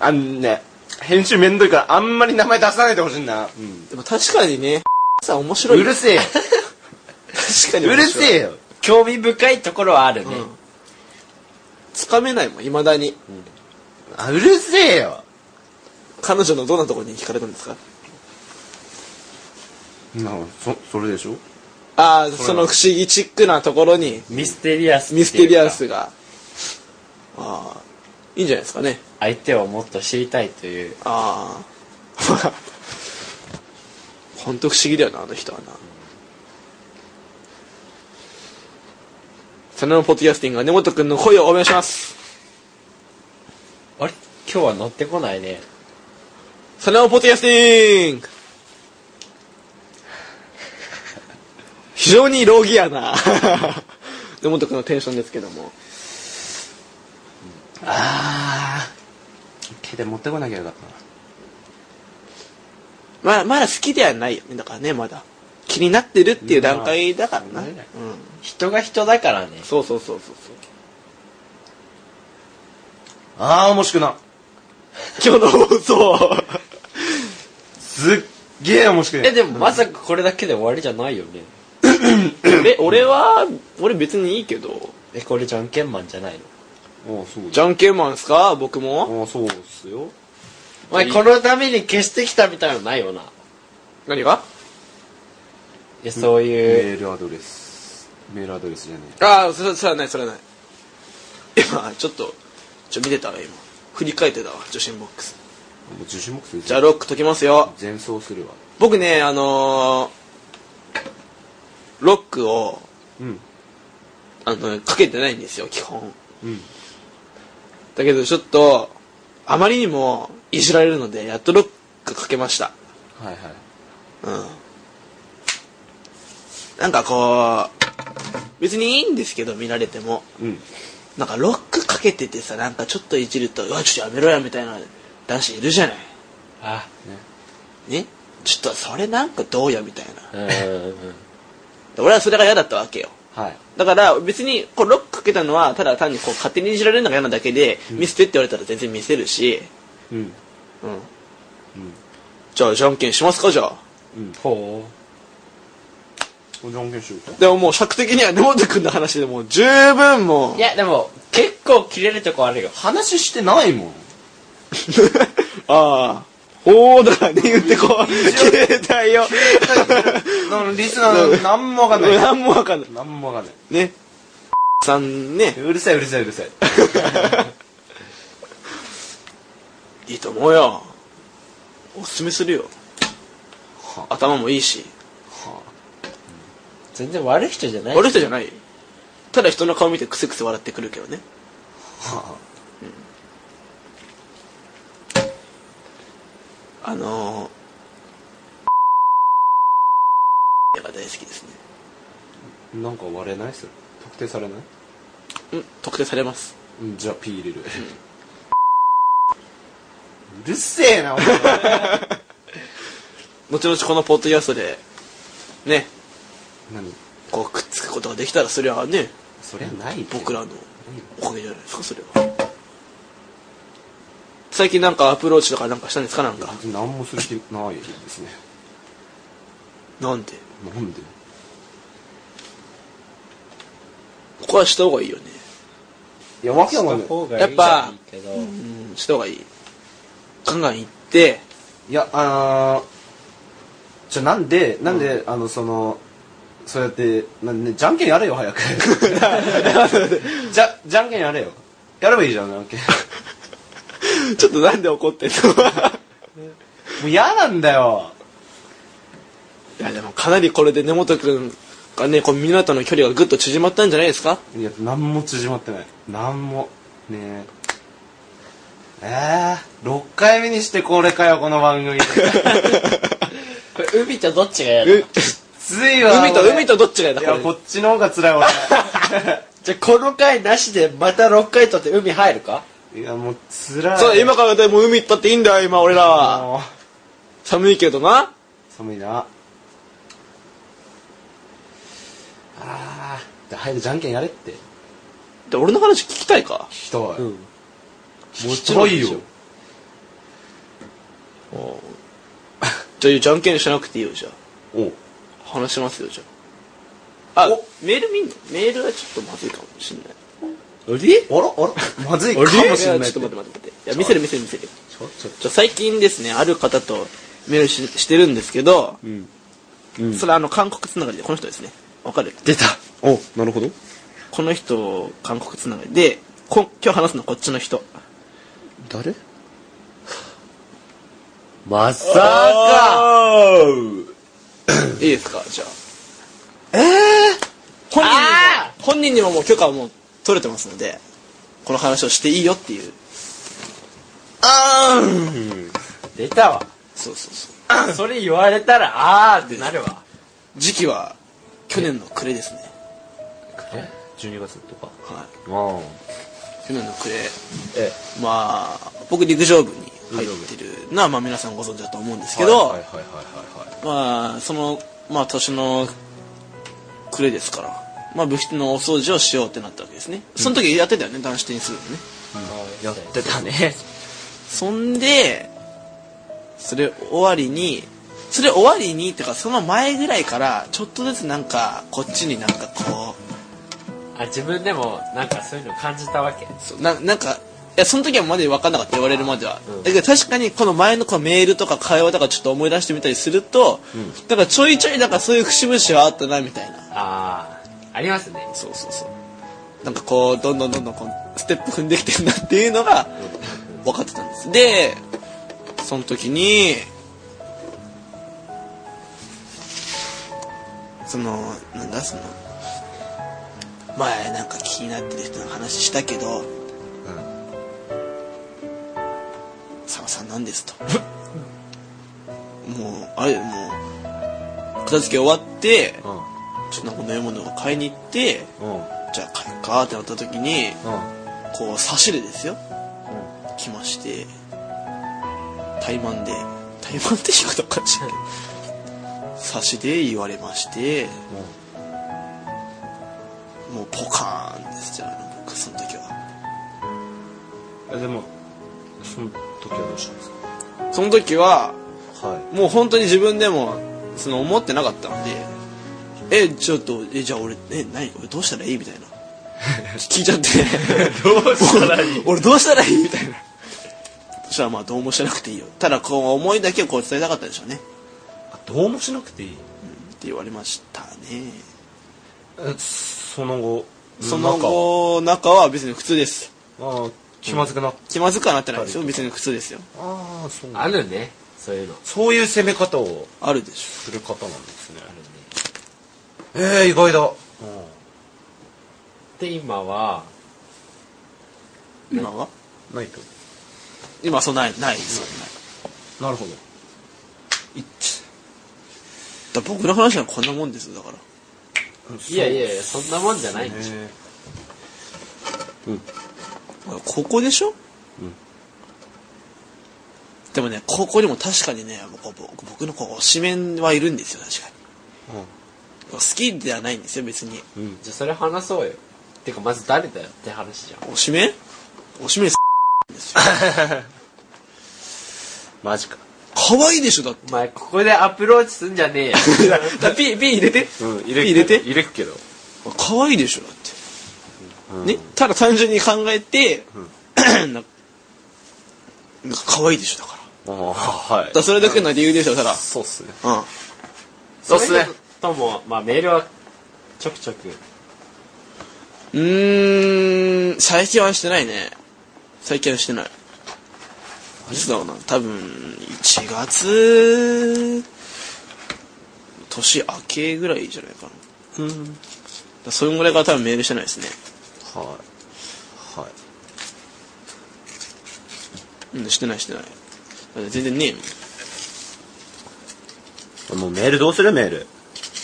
Speaker 1: あんね、編集めんどいからあんまり名前出さないでほしいな。うん
Speaker 2: でも確かにね、さん面白
Speaker 1: う
Speaker 2: い。
Speaker 1: るせえよ。
Speaker 2: 確かに
Speaker 1: うるせ
Speaker 2: え。
Speaker 1: えよ。
Speaker 4: 興味深いところはあるね。
Speaker 2: つかめないもん、未だに。
Speaker 1: あ、うるせえよ。
Speaker 2: 彼女のどんなところに惹かれたんですか
Speaker 1: なんかそ、それでしょ
Speaker 2: ああ、その不思議チックなところに、
Speaker 4: ミステリアス。
Speaker 2: ミステリア。スが。ああ、いいんじゃないですかね。
Speaker 4: 相手をもっと知りたいという。
Speaker 2: ああ。 ほんと不思議だよな、あの人はな。サナのポッドキャスティングは根本くんの声を応援します。
Speaker 4: あれ今日は乗ってこないね。
Speaker 2: サナのポッドキャスティング非常にローギアな根本くんのテンションですけども。
Speaker 1: あー。携帯持ってこなきゃよかったな。
Speaker 2: まあ、まだ好きではないよね。だからね、まだ。気になってるっていう段階だからな。
Speaker 1: まあ
Speaker 2: うん。
Speaker 4: 人が人だからね。
Speaker 2: そうそうそうそうそう。
Speaker 1: あー、面白くな。
Speaker 2: 今日の放送。
Speaker 1: すっげえ面白くな
Speaker 4: え、
Speaker 1: い。
Speaker 4: でもまさかこれだけで終わりじゃないよね。
Speaker 2: え、俺は、俺別にいいけど。
Speaker 4: え、これじゃんけんマンじゃないの
Speaker 1: あ、そう
Speaker 2: じゃんけんマンですか僕も。
Speaker 1: あ、そうっすよ。
Speaker 4: お前このために消してきたみたいなのないよな。
Speaker 2: 何が
Speaker 4: え、そういう。
Speaker 1: メールアドレス。メールアドレスじゃね
Speaker 2: ああ、そ、それはない、それはない。今、ちょっと、ちょ、見てたわ、今。振り返ってたわ、受信ボックス。
Speaker 1: え。もう受信目標
Speaker 2: じゃあ、ロック解きますよ。
Speaker 1: 前奏するわ。
Speaker 2: 僕ね、あのー、ロックを、
Speaker 1: うん。
Speaker 2: あの、かけてないんですよ、基本。
Speaker 1: うん。
Speaker 2: だけど、ちょっと、あまりにも、いじられるので、やっとロックかけました。
Speaker 1: はいはい。
Speaker 2: うん。なんかこう、別にいいんですけど、見られても。
Speaker 1: うん。
Speaker 2: なんかロックかけててさ、なんかちょっといじると、うわ、ちょっとやめろや、みたいな男子いるじゃない。
Speaker 4: あ、
Speaker 2: ねちょっとそれなんかどうや、みたいな。
Speaker 4: うんうん うん。
Speaker 2: 俺はそれが嫌だったわけよ。
Speaker 1: はい。
Speaker 2: だから別にこうロックかけたのはただ単にこう勝手にいじられるのが嫌なだけで、見せてって言われたら全然見せるし、
Speaker 1: うん。
Speaker 2: うん。じゃあじゃんけんしますか、じゃあ。
Speaker 4: ほう。
Speaker 1: じゃんけんしようか。
Speaker 2: でももう尺的には根本くんの話でもう十分もう
Speaker 4: い。や、でも、結構切れるとこあるよ。
Speaker 1: 話してないもん。
Speaker 2: ああ。おーだからね、言ってこう、携帯を。
Speaker 1: リスナーなんもわかんない。
Speaker 2: 何もわかんない。
Speaker 1: なんもわかんない。
Speaker 2: ね。さんね。
Speaker 1: うるさいうるさいうるさい。
Speaker 2: いいと思うよ。おすすめするよ
Speaker 1: は。
Speaker 2: 頭もいいし。
Speaker 4: 全然悪い人じゃない。
Speaker 2: 悪い人じゃないよただ人の顔見てクスクス笑ってくるけどね。うんあのー、が大好きですね。
Speaker 1: なんか割れないそれ。特定されない
Speaker 2: うん、特定されます。
Speaker 1: うんじゃあ P 入れる。うるせえな、お前。
Speaker 2: 後々このポッドキャストで、ね、
Speaker 1: 何
Speaker 2: こうくっつくことができたらそれはね
Speaker 1: そりゃないって
Speaker 2: 僕らのおかげじゃないですかそれは最近なんかアプローチとかなんかしたんですかなんか
Speaker 1: 何もする気ないですね
Speaker 2: なんで
Speaker 1: なんで
Speaker 2: ここはした方がいいよね
Speaker 1: いやわけわかんない
Speaker 4: 方が
Speaker 2: やっぱ
Speaker 4: いいけど
Speaker 2: うんした方がいいガンガン行って
Speaker 1: いやあーじゃあなんでなんで、あのそのそうやってなんでじゃんけんやれよ 早くじゃじゃんけんやれよやればいいじゃんじゃんけんも
Speaker 2: ちょっとなんで怒ってんの
Speaker 1: う嫌なんだよ
Speaker 2: いやでもかなりこれで根本君がねこう皆との距離がぐっと縮まったんじゃないですか
Speaker 1: いや何も縮まってない何もねええー、6回目にしてこれかよこの番組き
Speaker 4: これ海とどっちがやる
Speaker 2: う
Speaker 1: ついわ
Speaker 2: 海と
Speaker 1: 俺
Speaker 2: 海とどっちがやだ
Speaker 1: いや
Speaker 2: こ
Speaker 1: こ
Speaker 2: れ
Speaker 1: っちの方が辛い
Speaker 4: じゃあこの回なしでまた6回とって海入るか
Speaker 1: 俺いやもう辛い
Speaker 2: そう今からでも海行ったっていいんだよ今俺らは
Speaker 1: もう
Speaker 2: 寒いけどな
Speaker 1: 寒いなあーで早くじゃんけんやれって
Speaker 2: で俺の話聞きたいか
Speaker 1: 聞きたい、
Speaker 4: ん
Speaker 1: 聞きたい
Speaker 4: もちろんでし
Speaker 1: よ
Speaker 4: ょ
Speaker 2: じゃあじゃんけんしなくていいよじゃ
Speaker 1: お
Speaker 2: あ話しますよじゃああメール見んのメールはちょっとまずいかもしんない
Speaker 4: あれ
Speaker 1: あらあらまずいかもし
Speaker 2: いや
Speaker 1: れ
Speaker 2: ち
Speaker 1: な
Speaker 2: ょ
Speaker 1: い
Speaker 2: っと待って待って待っていや見せる見せる見せる
Speaker 1: ちょちょ
Speaker 2: ちょ最近ですねある方とメールししてるんですけど、それあの韓国つながりでこの人ですねわかる
Speaker 1: 出たおなるほど
Speaker 2: この人韓国つながりでこ今日話すのこっちの人
Speaker 1: 誰
Speaker 4: まさか
Speaker 2: いいですかじゃあええ本人に
Speaker 4: あ
Speaker 2: も本人にももう許可はもう取れてますのでこの話をしていいよっていう
Speaker 4: あー出たわ
Speaker 2: そうそうそう
Speaker 4: それ言われたらあーってなるわ
Speaker 2: 時期は去年の暮れですね
Speaker 1: え12月とか
Speaker 2: はい
Speaker 1: あ
Speaker 2: 去年の暮れ
Speaker 1: え
Speaker 2: まあ僕陸上部に入ってるのは、まあ、皆さんご存知だと思うんですけど、
Speaker 1: はいはいはいはいはい
Speaker 2: まあそのまあ年の暮れですからまあ部室のお掃除をしようってなったわけですねその時やってたよね、男子テニス部のね
Speaker 4: やってたね
Speaker 2: そんでそれ終わりにそれ終わりにってかその前ぐらいからちょっとずつなんかこっちになんかこ
Speaker 4: あ自分でもなんかそういうの感じたわけ
Speaker 2: うそうななんかいやその時はまだ分かんなかった言われるまでは、だけど確かにこの前のこのメールとか会話とかちょっと思い出してみたりすると、なんかちょいちょいなんかそういう節々はあったなみたいな
Speaker 4: あーありますね
Speaker 2: そうそうそうなんかこうどんどんどんどんこうステップ踏んできてるなっていうのが分かってたんですでその時にそのなんだその前なんか気になってる人の話したけど「佐野さんなんです」と「もうあれもう片付け終わってちょっとなんか飲み物を買いに行って
Speaker 1: うんうん
Speaker 2: じゃあ買うかってなった時に
Speaker 1: う
Speaker 2: こう差し入れですよ、来まして怠慢で怠慢って言い方おかしいけど差しで言われまして
Speaker 1: ん
Speaker 2: もうポカーンですじゃあ僕その時は
Speaker 1: うんえでもその時はどうしたんです
Speaker 2: その時は
Speaker 1: かはい
Speaker 2: もう本当に自分でもその思ってなかったので「えちょっとえじゃあ俺え何俺どうしたらいい?」みたい な聞いちゃって どうしたらいい 俺どうしたらいいみたいなそしたらまあどうもしなくていいよただこう思いだけをこう伝えたかったでしょうねっ
Speaker 1: あどうもしなくていい
Speaker 2: て言われましたね
Speaker 1: えその後
Speaker 2: その後中は別に普通です
Speaker 1: ああ気まずくなっ
Speaker 2: 気まずくはなってないですよ別に普通ですよ
Speaker 1: ああそう
Speaker 4: あるねそういうの
Speaker 1: そういう攻め方を
Speaker 2: あるでしょ
Speaker 1: する方なんですね
Speaker 4: あるね
Speaker 1: ええ意外だ
Speaker 4: で今は
Speaker 2: 今は
Speaker 1: ないと
Speaker 2: 今はそうないないそう
Speaker 1: な
Speaker 2: ない
Speaker 1: るほど
Speaker 2: だから僕の話はこんなもんですよだから
Speaker 4: いやいやいやそんなもんじゃないんでしょ
Speaker 1: え
Speaker 2: ここでしょ、でもねここにも確かにねもうこう僕僕のこう推しメンはいるんですよ確かに、好きではないんですよ別に
Speaker 4: じゃあそれ話そうよてかまず誰だよって話じゃん
Speaker 2: おしめおしめ
Speaker 1: マジか
Speaker 2: 可愛いでしょだって
Speaker 4: お前ここでアプローチすんじゃね えよ
Speaker 2: だピーピー入れて
Speaker 1: うん入
Speaker 2: れ入れて
Speaker 1: 入れっけど
Speaker 2: 可愛いでしょだって、ねただ単純に考えて、 なんかなんか可愛いでしょだからだ
Speaker 1: ああはい
Speaker 2: からそれだけの理由でしょたら
Speaker 1: そうっすね
Speaker 2: うん
Speaker 1: そうっすね
Speaker 4: ともまあメールはちょくちょく
Speaker 2: うーん、最近はしてないね。最近はしてない。いつだろうな。多分、1月、年明けぐらいじゃないかな。うん。それぐらいから多分メールしてないですね。
Speaker 1: はいはい
Speaker 2: うん、してないしてない。だって全然ねえもん
Speaker 1: もうメールどうするメール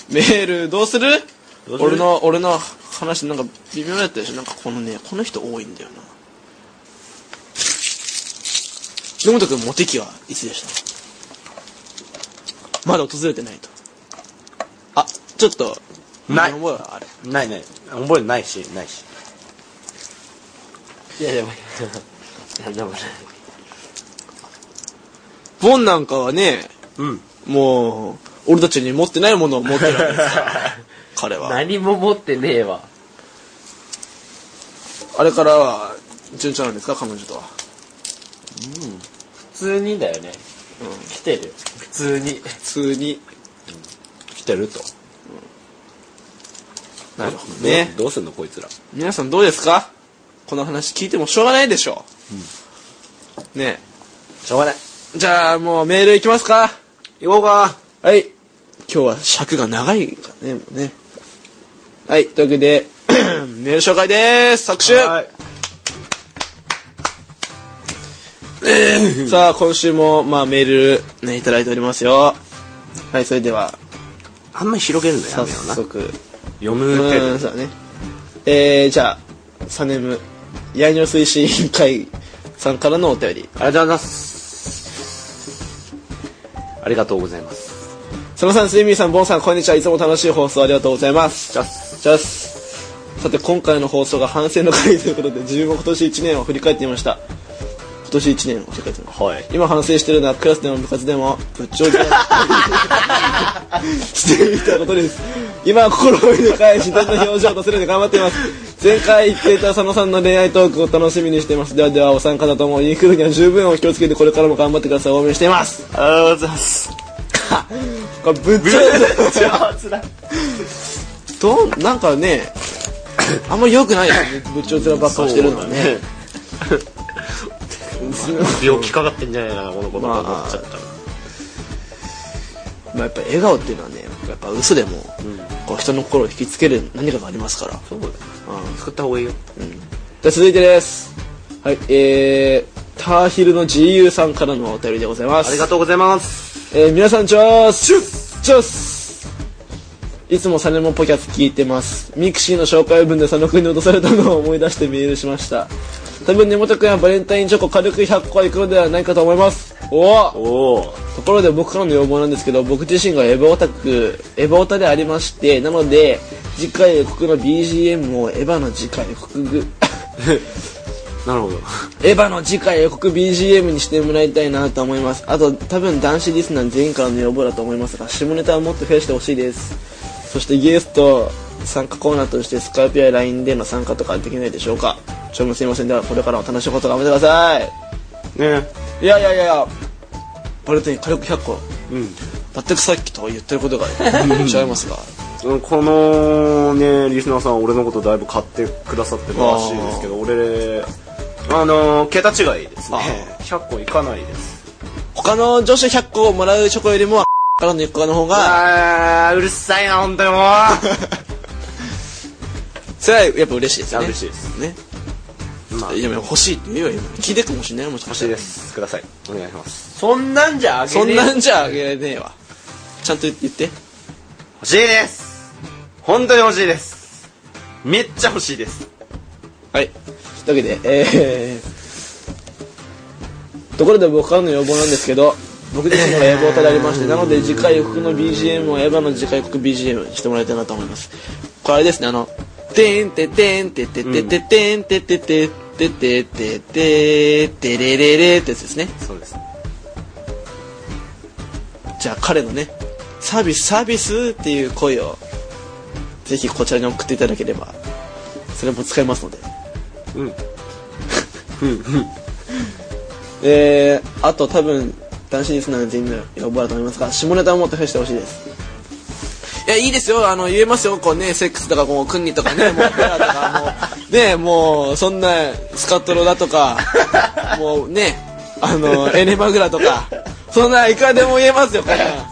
Speaker 2: メールどうする
Speaker 1: どうする
Speaker 2: 俺の、俺の話なんか微妙だったでしょなんかこのね、この人多いんだよな。野本君、モテ期はいつでしたまだ訪れてないと。あ、ちょっと、
Speaker 1: ない
Speaker 2: 見覚えはある。
Speaker 1: ないない覚えてないしないし
Speaker 4: いやでもなんでもない
Speaker 2: ボンなんかはね、
Speaker 1: うん
Speaker 2: もう、俺たちに持ってないものを持ってるわけですから、彼は。
Speaker 4: 何も持ってねえわ
Speaker 2: あれからは、順調なんですか彼女とは。
Speaker 4: 普通にだよね、うん、来てる普通に
Speaker 2: 普通に。
Speaker 1: 来てると
Speaker 2: なるほどね。
Speaker 1: どうすんのこいつら
Speaker 2: 皆さんどうですかこの話聞いてもしょうがないでしょう、ね
Speaker 1: しょうがない
Speaker 2: えじゃあもうメールいきますか
Speaker 1: 行こうか
Speaker 2: はい今日は尺が長いからねもうねはいというわけで メール紹介です作集
Speaker 1: はい
Speaker 2: さあ今週もまあメールねいただいておりますよはいそれでは
Speaker 1: あんまり広げるのや
Speaker 2: 早
Speaker 1: めような
Speaker 2: 速
Speaker 1: 読む
Speaker 2: う
Speaker 1: 程
Speaker 2: ーんそうだねえー、じゃあサネムヤイニョ推進委員会さんからのお便り
Speaker 1: 度ありがとうございますありがとうございます
Speaker 2: 佐野さん、スイミーさん、ボンさん、こんにちは。いつも楽しい放送ありがとうございます。
Speaker 1: じゃあ
Speaker 2: じゃあす。さて、今回の放送が反省の回ということで、自分も今年1年を振り返ってみました。今年1年を振り返ってみました。
Speaker 1: はい
Speaker 2: 今反省してるのはクラスでも部活でもぶっちょりでしていたことです今は心を入れ替え自然な表情を出せるように頑張っています前回言っていた佐野さんの恋愛トークを楽しみにしていますではではお三方ともインフルには十分お気をつけてこれからも頑張ってください応援していますありがとうございますこれぶっちょりでどうなんかねあんまり良くないですねぶっちょり面ばっかしてるのはね
Speaker 1: 病気かかってんじゃないかなこの子とか思っちゃったら
Speaker 2: まあ、やっぱ笑顔っていうのはねやっぱ嘘でも、こう人の心を引きつける何かがありますから
Speaker 1: そうだよ作った方がいいよ
Speaker 2: じゃあ続いてですはいえー、ターヒルの GU さんからのお便りでございます
Speaker 1: ありがとうございます
Speaker 2: えー、皆さんチョースチョースいつもサネモポキャツ聞いてますミクシーの紹介文で佐野くんに落とされたのを思い出してメールしました多分根本くんはバレンタインチョコ軽く100個はいくのではないかと思いますおお
Speaker 1: おお
Speaker 2: ところで僕からの要望なんですけど僕自身がエヴァオタクエヴァオタでありましてなので次回予告の BGM をエヴァの次回予告ぐ
Speaker 1: なるほど
Speaker 2: エヴァの次回予告 BGM にしてもらいたいなと思いますあと多分男子リスナー全員からの要望だと思いますが下ネタはもっと増やしてほしいですそしてゲスト参加コーナーとしてスカイプや LINE での参加とかできないでしょうかちょうもすいませんではこれからも楽しいこと頑張ってください
Speaker 1: ね
Speaker 2: いやいやいやいやバレて軽く100個
Speaker 1: うん
Speaker 2: 全くさっきと言って ることが違いますが
Speaker 1: うんこのねリスナーさん俺のことだいぶ買ってくださってるらしいですけど俺あのー桁違いですね
Speaker 2: あ
Speaker 1: 100個いかないです
Speaker 2: 他の女子100個をもらうチョコよりもからの1個の方が
Speaker 1: あーうるさいな本当にもう
Speaker 2: それはやっぱ嬉しいですよね
Speaker 1: 嬉しいです
Speaker 2: ね
Speaker 1: まあ
Speaker 2: いやでも欲しいって言うよ今聞いてるかもしれないよもしか
Speaker 1: 欲し
Speaker 2: し
Speaker 1: い
Speaker 2: た
Speaker 1: で
Speaker 2: ら
Speaker 1: すくださいお願いします
Speaker 4: そんなんじゃあげねえ
Speaker 2: そんなんじゃあげられねえわちゃんと言って
Speaker 1: 欲しいです本当に欲しいですめっちゃ欲しいです
Speaker 2: はいというわけでえー、ところで僕からの要望なんですけど僕自身が野望たでありましてなので次回予告の BGM をエヴァの次回予告 BGM にしてもらいたいなと思いますこれあれですねあの「てんててんてててててんててててててててれれれ」ってやつですね
Speaker 1: そうです
Speaker 2: じゃあ彼のねサービスサービスっていう声をぜひこちらに送っていただければそれも使えますので
Speaker 1: うん
Speaker 2: えー、あと多分男子リスナー全員呼ばれると思いますが下ネタをもっと増やしてほしいですいやいいですよあの言えますよこうねセックスとかこうクンニとかねもうペラとかもうね もうそんなスカトロだと かもうねあのエネマグラとかそんないくらでも言えますよこれは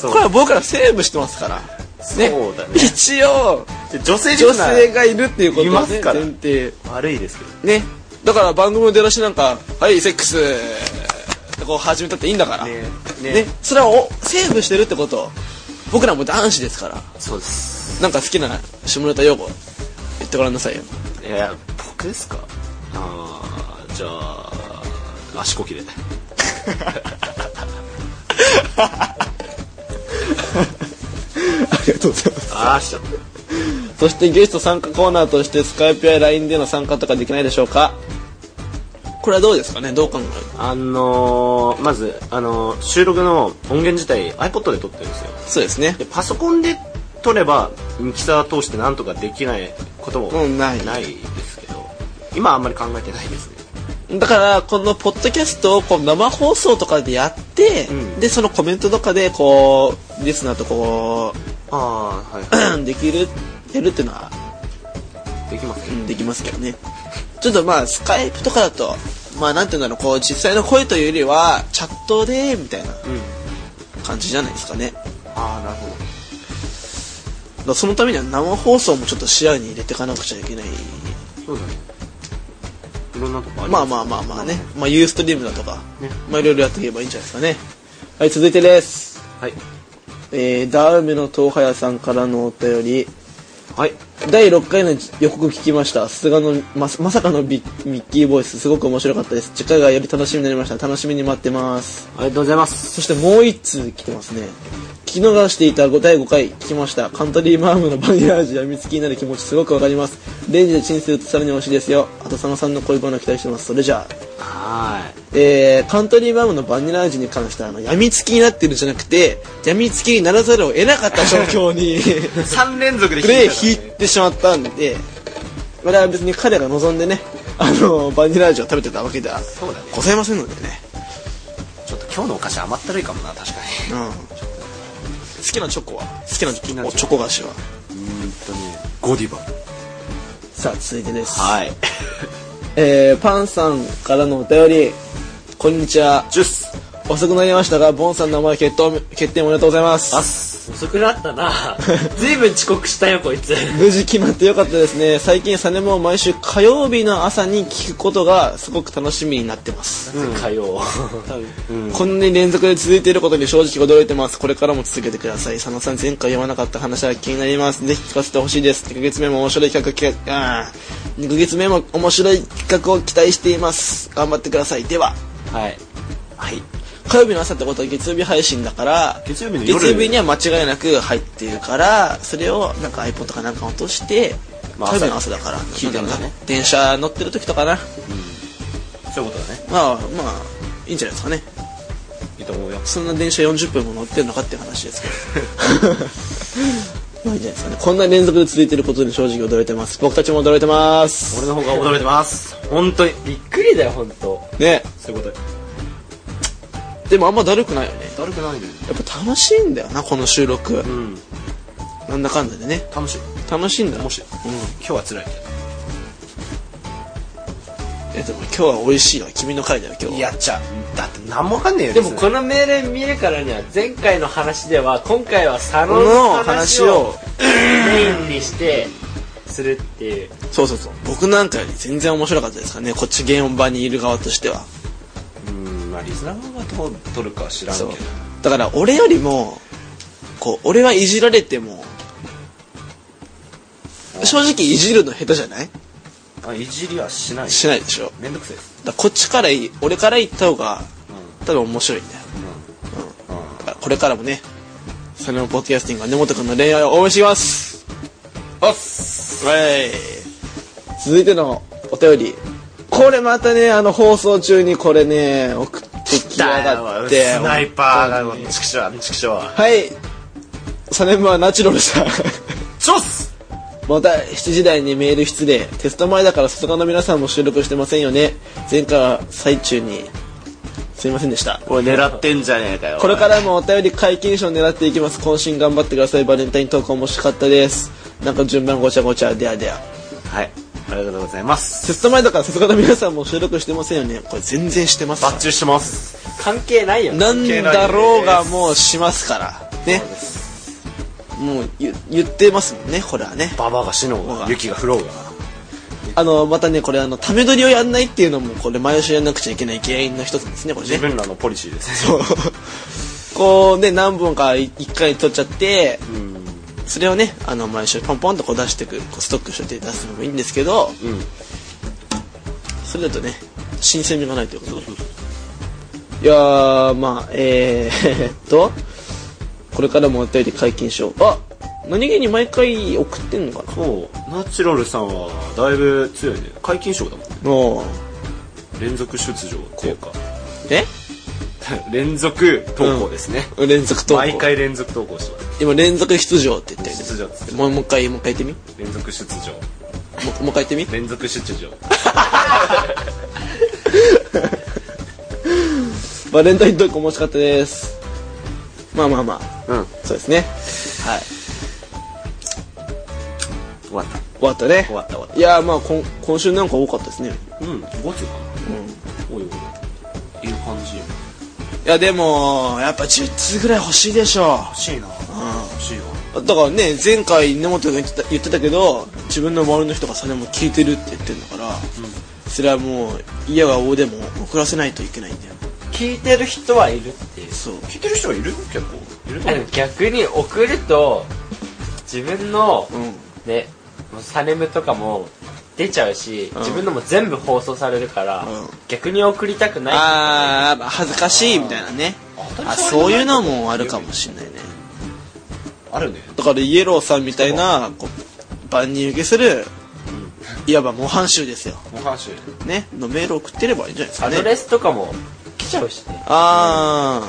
Speaker 1: そう
Speaker 2: これは僕らセーブしてますからね
Speaker 1: そうだね
Speaker 2: 一応
Speaker 1: 女性
Speaker 2: 女
Speaker 1: 女性
Speaker 2: 性がいるっていうこと
Speaker 1: い
Speaker 2: を
Speaker 1: ま
Speaker 2: ね
Speaker 1: すから
Speaker 2: 前提
Speaker 1: 悪いですけど
Speaker 2: ねだから番組の出だしなんか「はいセックス」ってこう始めたっていいんだからね
Speaker 1: ね
Speaker 2: それはおセーブしてるってこと僕らも男子ですから
Speaker 1: そうです
Speaker 2: なんか好きな下ネタ用語言ってごらんなさいよ
Speaker 1: いや僕ですかああじゃあ足こきで
Speaker 2: ありがとうございます
Speaker 1: ああしちゃった
Speaker 2: そしてゲスト参加コーナーとしてスカイプや LINE での参加とかできないでしょうかこれはどうですかねどう考える
Speaker 1: あのーまず、あのー収録の音源自体 iPod で撮ってるんですよ
Speaker 2: そうですね
Speaker 1: でパソコンで撮ればミキサー通してなんとかできないことも
Speaker 2: うんない
Speaker 1: ですけど今あんまり考えてないですね
Speaker 2: だからこのポッドキャストをこう生放送とかでやって、
Speaker 1: うん
Speaker 2: でそのコメントとかでこうリスナーとこう
Speaker 1: ああはいは
Speaker 2: うんで きるやるっていうのは、
Speaker 1: い できます
Speaker 2: う
Speaker 1: けど
Speaker 2: んできますけどねちょっとまあスカイプとかだとまあなんていうんだろうこう実際の声というよりはチャットでみたいな
Speaker 1: うん
Speaker 2: 感じじゃないですかねだか
Speaker 1: ああなるほど
Speaker 2: らそのためには生放送もちょっと視野に入れていかなくちゃいけない
Speaker 1: そうだねいろんなとこあり
Speaker 2: まあ
Speaker 1: あ
Speaker 2: まあまあまあねまあユーストリームだとか、
Speaker 1: ね
Speaker 2: まあいろいろやっていけばいいんじゃないですかねはい続いてです
Speaker 1: はい
Speaker 2: えー、ダウメの東早さんからのお便り
Speaker 1: はい
Speaker 2: 第6回の予告聞きましたさすがのまさまさかのビミッキーボイスすごく面白かったです次回がより楽しみになりました楽しみに待ってます
Speaker 1: ありがとうございます
Speaker 2: そしてもう1通来てますね聞き逃していた5第5回聞きましたカントリーマームのバニラ味やみつきになる気持ちすごくわかりますレンジでチンするとさらに美味しいですよあと佐野さんの恋バナ期待してますそれじゃあ
Speaker 1: は
Speaker 2: えーカントリーマームのバニラ味に関してはあのやみつきになってるんじゃなくてやみつきにならざるを得なかった状況 に
Speaker 1: い3連続で
Speaker 2: プレー引いてしまったんで、我々は別に彼が望んでね、あの、バニラ味を食べてたわけでは
Speaker 1: そうだね
Speaker 2: ございませんのでね。
Speaker 1: ちょっと今日のお菓子甘ったるいかもな確かに
Speaker 2: うん。好きなチョコは好きなチョ
Speaker 1: な
Speaker 2: コチョコ菓子は
Speaker 1: 本当にゴディバ
Speaker 2: さあ、続いてです。
Speaker 1: はい
Speaker 2: えー、パンさんからのお便り、こんにちは。
Speaker 1: ジュース
Speaker 2: 遅くなりましたが、ボンさんの名前決定、決定おめでとうございます。
Speaker 4: 遅くなった なずいぶん遅刻したよこいつ
Speaker 2: 無事決まってよかったですね。最近サネモを毎週火曜日の朝に聞くことがすごく楽しみになってます。
Speaker 4: 火曜
Speaker 2: こんなに連続で続いていることに正直驚いてます。これからも続けてください。佐野さん、前回読まなかった話は気になります。ぜひ聞かせてほしいです。2ヶ月目も面白い企画、企画、あー2ヶ月目も面白い企画を期待しています。頑張ってください。では、
Speaker 1: はいはい
Speaker 2: 火曜日の朝ってことは月曜日配信だから、
Speaker 1: 月曜日の夜
Speaker 2: 月曜日には間違いなく入っているから、それをなんか iPod かなんか落として、
Speaker 1: まあ
Speaker 2: 火曜日の朝だから、
Speaker 1: 聞いてるんだね
Speaker 2: 電車乗ってる時とかな。
Speaker 1: そういうことだね
Speaker 2: まあまあ、いいんじゃないですかね。
Speaker 1: いいと思うよ
Speaker 2: そんな電車40分も乗ってんのかっていう話ですけ どまあいいんじゃないですかねこんな連続で続いてることに正直驚いてます僕たちも驚いてます
Speaker 1: 俺の方が驚いてます本当に
Speaker 4: びっくりだよ本当。
Speaker 2: ね
Speaker 1: そういうこと
Speaker 2: でもあんまだるくないよね
Speaker 1: だるくないね
Speaker 2: やっぱ楽しいんだよなこの収録、
Speaker 1: うん
Speaker 2: なんだかんだでね
Speaker 1: 楽しい
Speaker 2: 楽しいんだよ
Speaker 1: 面白い今日は辛い
Speaker 2: えでも今日は美味しいよ君の回だよ今日は
Speaker 1: やっちゃうだって何もわかんねえよ
Speaker 4: でもこの命令見るからには前回の話では今回は佐野
Speaker 2: この
Speaker 4: の
Speaker 2: 話
Speaker 4: 話
Speaker 2: を
Speaker 4: をメインにしてするっていう
Speaker 2: そうそうそう僕なんかより全然面白かったですからねこっち現場にいる側としては
Speaker 1: うんまあリスナーがどう取るかは知らんけ
Speaker 2: そう
Speaker 1: ど
Speaker 2: だから俺よりもこう俺はいじられても正直いじるの下手じゃない
Speaker 1: あいじりはしない
Speaker 2: しないでしょだか
Speaker 1: めんどくせえです
Speaker 2: らこっちからい俺から言った方が
Speaker 1: うん
Speaker 2: 多分面白いんだよ、うんだからこれからもねそのポッドキャスティングは根本君の恋愛を応援しています
Speaker 1: おっす
Speaker 2: はい続いてのお便りこれまたねあの放送中にこれね送ってきやがって
Speaker 1: スナイパーがちくしょうちくしょう
Speaker 2: はいサネムはナチュラルさん
Speaker 1: チョス
Speaker 2: また7時台にメール失礼テスト前だからさすがの皆さんも収録してませんよね前回は最中にすいませんでした
Speaker 1: おい狙ってんじゃねえかよ
Speaker 2: これからもお便り解禁賞を狙っていきます渾身頑張ってくださいバレンタイン投稿面白かったですなんか順番ごちゃごちゃでやでや
Speaker 1: はいありがとうございます
Speaker 2: テスト前だからさすがの皆さんも収録してませんよねこれ全然してます
Speaker 1: バッチリしてます
Speaker 4: 関係ないよ
Speaker 2: なんだろうがもうしますからねもう言言ってますもんねこれはね
Speaker 1: ババアが死のうが雪が降ろうが
Speaker 2: あのまたねこれあのため撮りをやんないっていうのもこれ毎週やんなくちゃいけない原因の一つですねこれね
Speaker 1: 自分らのポリシーです
Speaker 2: そうこうね何本か1回取っちゃってそれをねあの毎週ポンポンとこう出してくこうストックして出すのもいいんですけど、それだとね新鮮味がないということでいやーまあえー、えっとこれからもお便り解禁しようあ何気に毎回送ってんのかな
Speaker 1: そうナチュラルさんはだいぶ強いね皆勤賞だもんね
Speaker 2: もう
Speaker 1: 連続出場っていうか
Speaker 2: え
Speaker 1: 連続投稿ですね、
Speaker 2: 連続投稿
Speaker 1: 毎回連続投稿してます
Speaker 2: 今連続出場って言ったよね
Speaker 1: 出場っつって
Speaker 2: もうもう一回もう一回言ってみも
Speaker 1: 連続出場
Speaker 2: うもう一回言ってみ
Speaker 1: 連続出場
Speaker 2: バレンタイントーク面白かったです。まあまあまあ、
Speaker 1: うん
Speaker 2: そうですね。はい。
Speaker 1: 終わった
Speaker 2: 終わったね。
Speaker 1: 終わった終わっ
Speaker 2: いやーまあこん今週なんか多かったですね。
Speaker 1: たうん5つかなうんおいおいいい感じ
Speaker 2: いやでも、やっぱ10通ぐらい欲しいでしょ。
Speaker 1: 欲しいな欲しいよ
Speaker 2: だからね、前回根本が言ってた言ってたけど、自分の周りの人がそれも聞いてるって言ってるんだから、それはもう、嫌が応でも送らせないといけないんだよ。
Speaker 4: 聞いてる人はいるっていう
Speaker 2: そう。
Speaker 1: 聞いてる人はいる結構いると
Speaker 4: あ
Speaker 1: 思
Speaker 4: の逆に送ると自分の
Speaker 2: うん。
Speaker 4: ねもうサネムとかも出ちゃうし、
Speaker 2: ん
Speaker 4: 自分のも全部放送されるから、
Speaker 2: うん
Speaker 4: 逆に送りたくない
Speaker 2: あー、恥ずかしいみたいなね。
Speaker 1: 当たり
Speaker 2: あ、
Speaker 1: 障りのない
Speaker 2: そういうのもあるかもしれないね。
Speaker 1: あるね
Speaker 2: だからイエローさんみたいなこう万人受けするいわば模範集ですよ
Speaker 1: 模範集
Speaker 2: ねのメールを送ってればいいんじゃないです
Speaker 4: ア
Speaker 2: か
Speaker 4: ドレ
Speaker 2: ね
Speaker 4: スとかも来ちゃうしね
Speaker 2: ああ、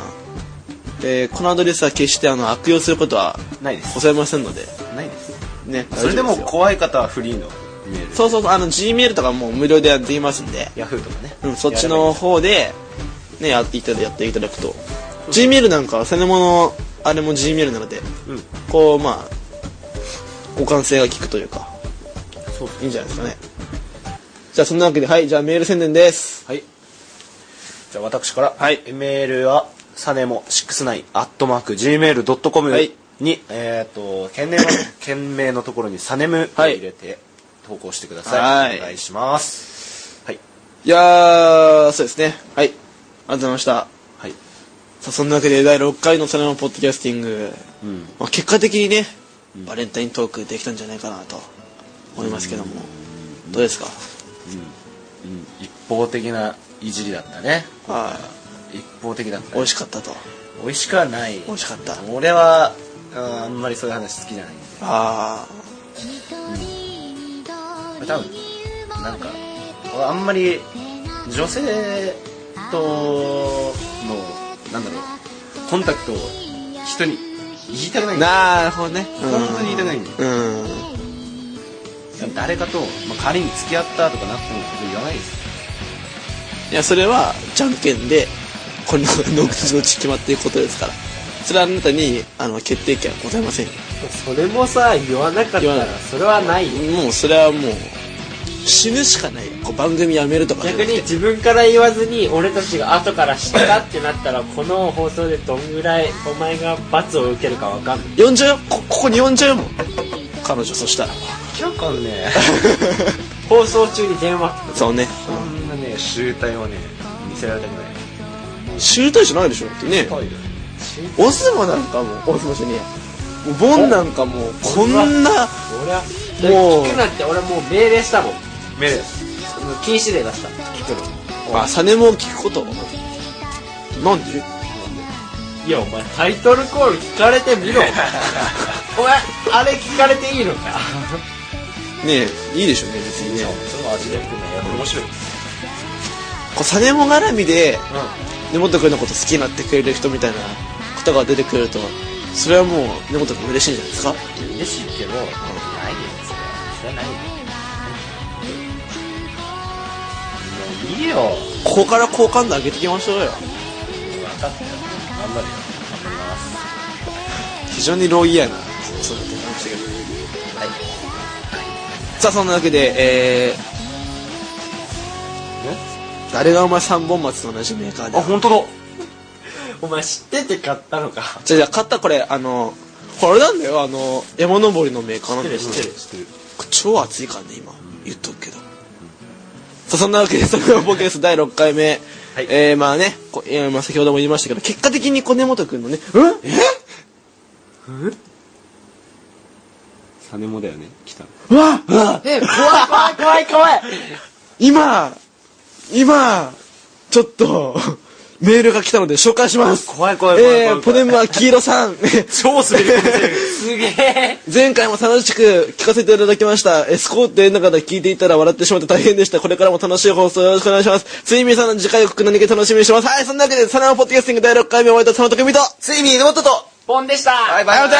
Speaker 2: えーこのアドレスは決してあの悪用することは
Speaker 1: ないです
Speaker 2: ございませんので
Speaker 1: ないです
Speaker 2: ね
Speaker 1: それでも
Speaker 2: 大丈夫すよ
Speaker 1: 怖い方はフリーのメール
Speaker 2: そうそうそうあの G メールとかもう無料でできますんで、
Speaker 1: ヤフーとかね
Speaker 2: うん、そっちの方でねやっていただやっていただくと G メールなんかはそれものあれも G メールなので、
Speaker 1: うん
Speaker 2: こうまあ互換性が効くというか
Speaker 1: そう
Speaker 2: いいんじゃないですかねじゃあそんなわけではいじゃあメール宣伝です
Speaker 1: はい。じゃあ私から、
Speaker 2: はい
Speaker 1: メールはサネモ69アットマーク gmail.com に、
Speaker 2: はい
Speaker 1: えっ、と件 名は件名のところにサネムを
Speaker 2: はい
Speaker 1: 入れて投稿してください。
Speaker 2: はい
Speaker 1: お願いします。はい
Speaker 2: いやーそうですねはいありがとうございました
Speaker 1: はい。
Speaker 2: さあそんなわけで第6回のサラマポッドキャスティング、
Speaker 1: うん
Speaker 2: まあ、結果的にねバレンタイントークできたんじゃないかなと思いますけどもどうですか
Speaker 1: うん一方的ないじりだったね。
Speaker 2: はい
Speaker 1: 一方的だった、ね。
Speaker 2: 美味しかったと
Speaker 1: 美味しくはない。
Speaker 2: 美味しかった
Speaker 1: 俺はうんあんまりそういう話好きじゃないんで。
Speaker 2: あ
Speaker 1: 多分なんか俺あんまり女性とのなんだろうコンタクトを人に言いたくな
Speaker 2: あ
Speaker 1: いんだ
Speaker 2: なるほどねうん
Speaker 1: 本当に言いたくないんだよ
Speaker 2: うん
Speaker 1: 誰かと、まあ、仮に付き合ったとかなっても僕言わないです
Speaker 2: いやそれはじゃんけんでこれの の口のうち決まっていくことですからそれはあなたにあの決定権はございませんよ
Speaker 4: それもさ言わなかった
Speaker 2: 言わな
Speaker 4: ら
Speaker 2: い
Speaker 4: それはないよ
Speaker 2: もうそれはもう死ぬしかないこう番組やめるとかじゃ
Speaker 4: 逆
Speaker 2: なくて
Speaker 4: に自分から言わずに俺たちが後から知ったってなったらこの放送でどんぐらいお前が罰を受けるかわかんない
Speaker 2: 呼んじゃうよこここに呼んじゃうよもう彼女そ したら
Speaker 1: 今日こんね
Speaker 4: 放送中に電話
Speaker 2: そうね
Speaker 1: そんなね集体をね見せられたくない
Speaker 2: 集大じゃないでしょだってねオズマなんかもうオズマじゃねえやボンなんかもうこんな
Speaker 4: 俺は
Speaker 2: もう
Speaker 4: 聞くなって俺もう命令したもん
Speaker 1: メール
Speaker 4: 禁止令出した聞くの
Speaker 2: あサネモを聞くことなんで
Speaker 4: いやお前タイトルコール聞かれてみろ お前あれ聞かれていいのか
Speaker 2: ねえいいでしょうね別にね
Speaker 4: その味で含めや面白いです
Speaker 2: こうサネモ絡みで
Speaker 4: うん
Speaker 2: 根本君のこと好きになってくれる人みたいな方が出てくるとそれはもう根本君嬉しいんじゃないですか
Speaker 4: 嬉しいけど、ないよ、それは。それはないよ。もういいよ。
Speaker 2: ここから好感度上げていきましょうよ
Speaker 4: 分かったよ。頑張るよ。頑張ります。
Speaker 2: 非常にローイヤーな放送だと思いましたけど、
Speaker 4: はい
Speaker 2: さあそんなわけでえー誰がお前三本松と同じメーカーで
Speaker 1: あ本当だ
Speaker 4: お前知ってて買ったのか。
Speaker 2: じゃあじゃあ買ったこれあのこれなんだよあの山登りのメーカーなんだよ
Speaker 4: 知ってる。
Speaker 2: 超暑いからね今言っとくけど、さあそんなわけで「それではボケです」第6回目、
Speaker 4: はい
Speaker 2: えー、まあねこ、えーまあ、先ほども言いましたけど結果的に小根本君のね「うんえ
Speaker 1: サネモだよね来たの
Speaker 2: うわうわ
Speaker 4: え、怖い怖い怖い怖い。
Speaker 2: 今今ちょっとメールが来たので紹介します
Speaker 1: 怖い怖い怖い怖い
Speaker 2: えー、ポネムは黄色さん
Speaker 1: 超滑り込んでる
Speaker 4: すげえ。
Speaker 2: 前回も楽しく聞かせていただきました。エスコートの中で聞いていたら笑ってしまって大変でした。これからも楽しい放送よろしくお願いします。ついみさんの次回予告何気楽しみにしてます。はい、そんなわけで、サナオポッドキャスティング第6回目終わりたサナトケミと、ついみ根本と、
Speaker 4: ポンでした。
Speaker 1: バイバイ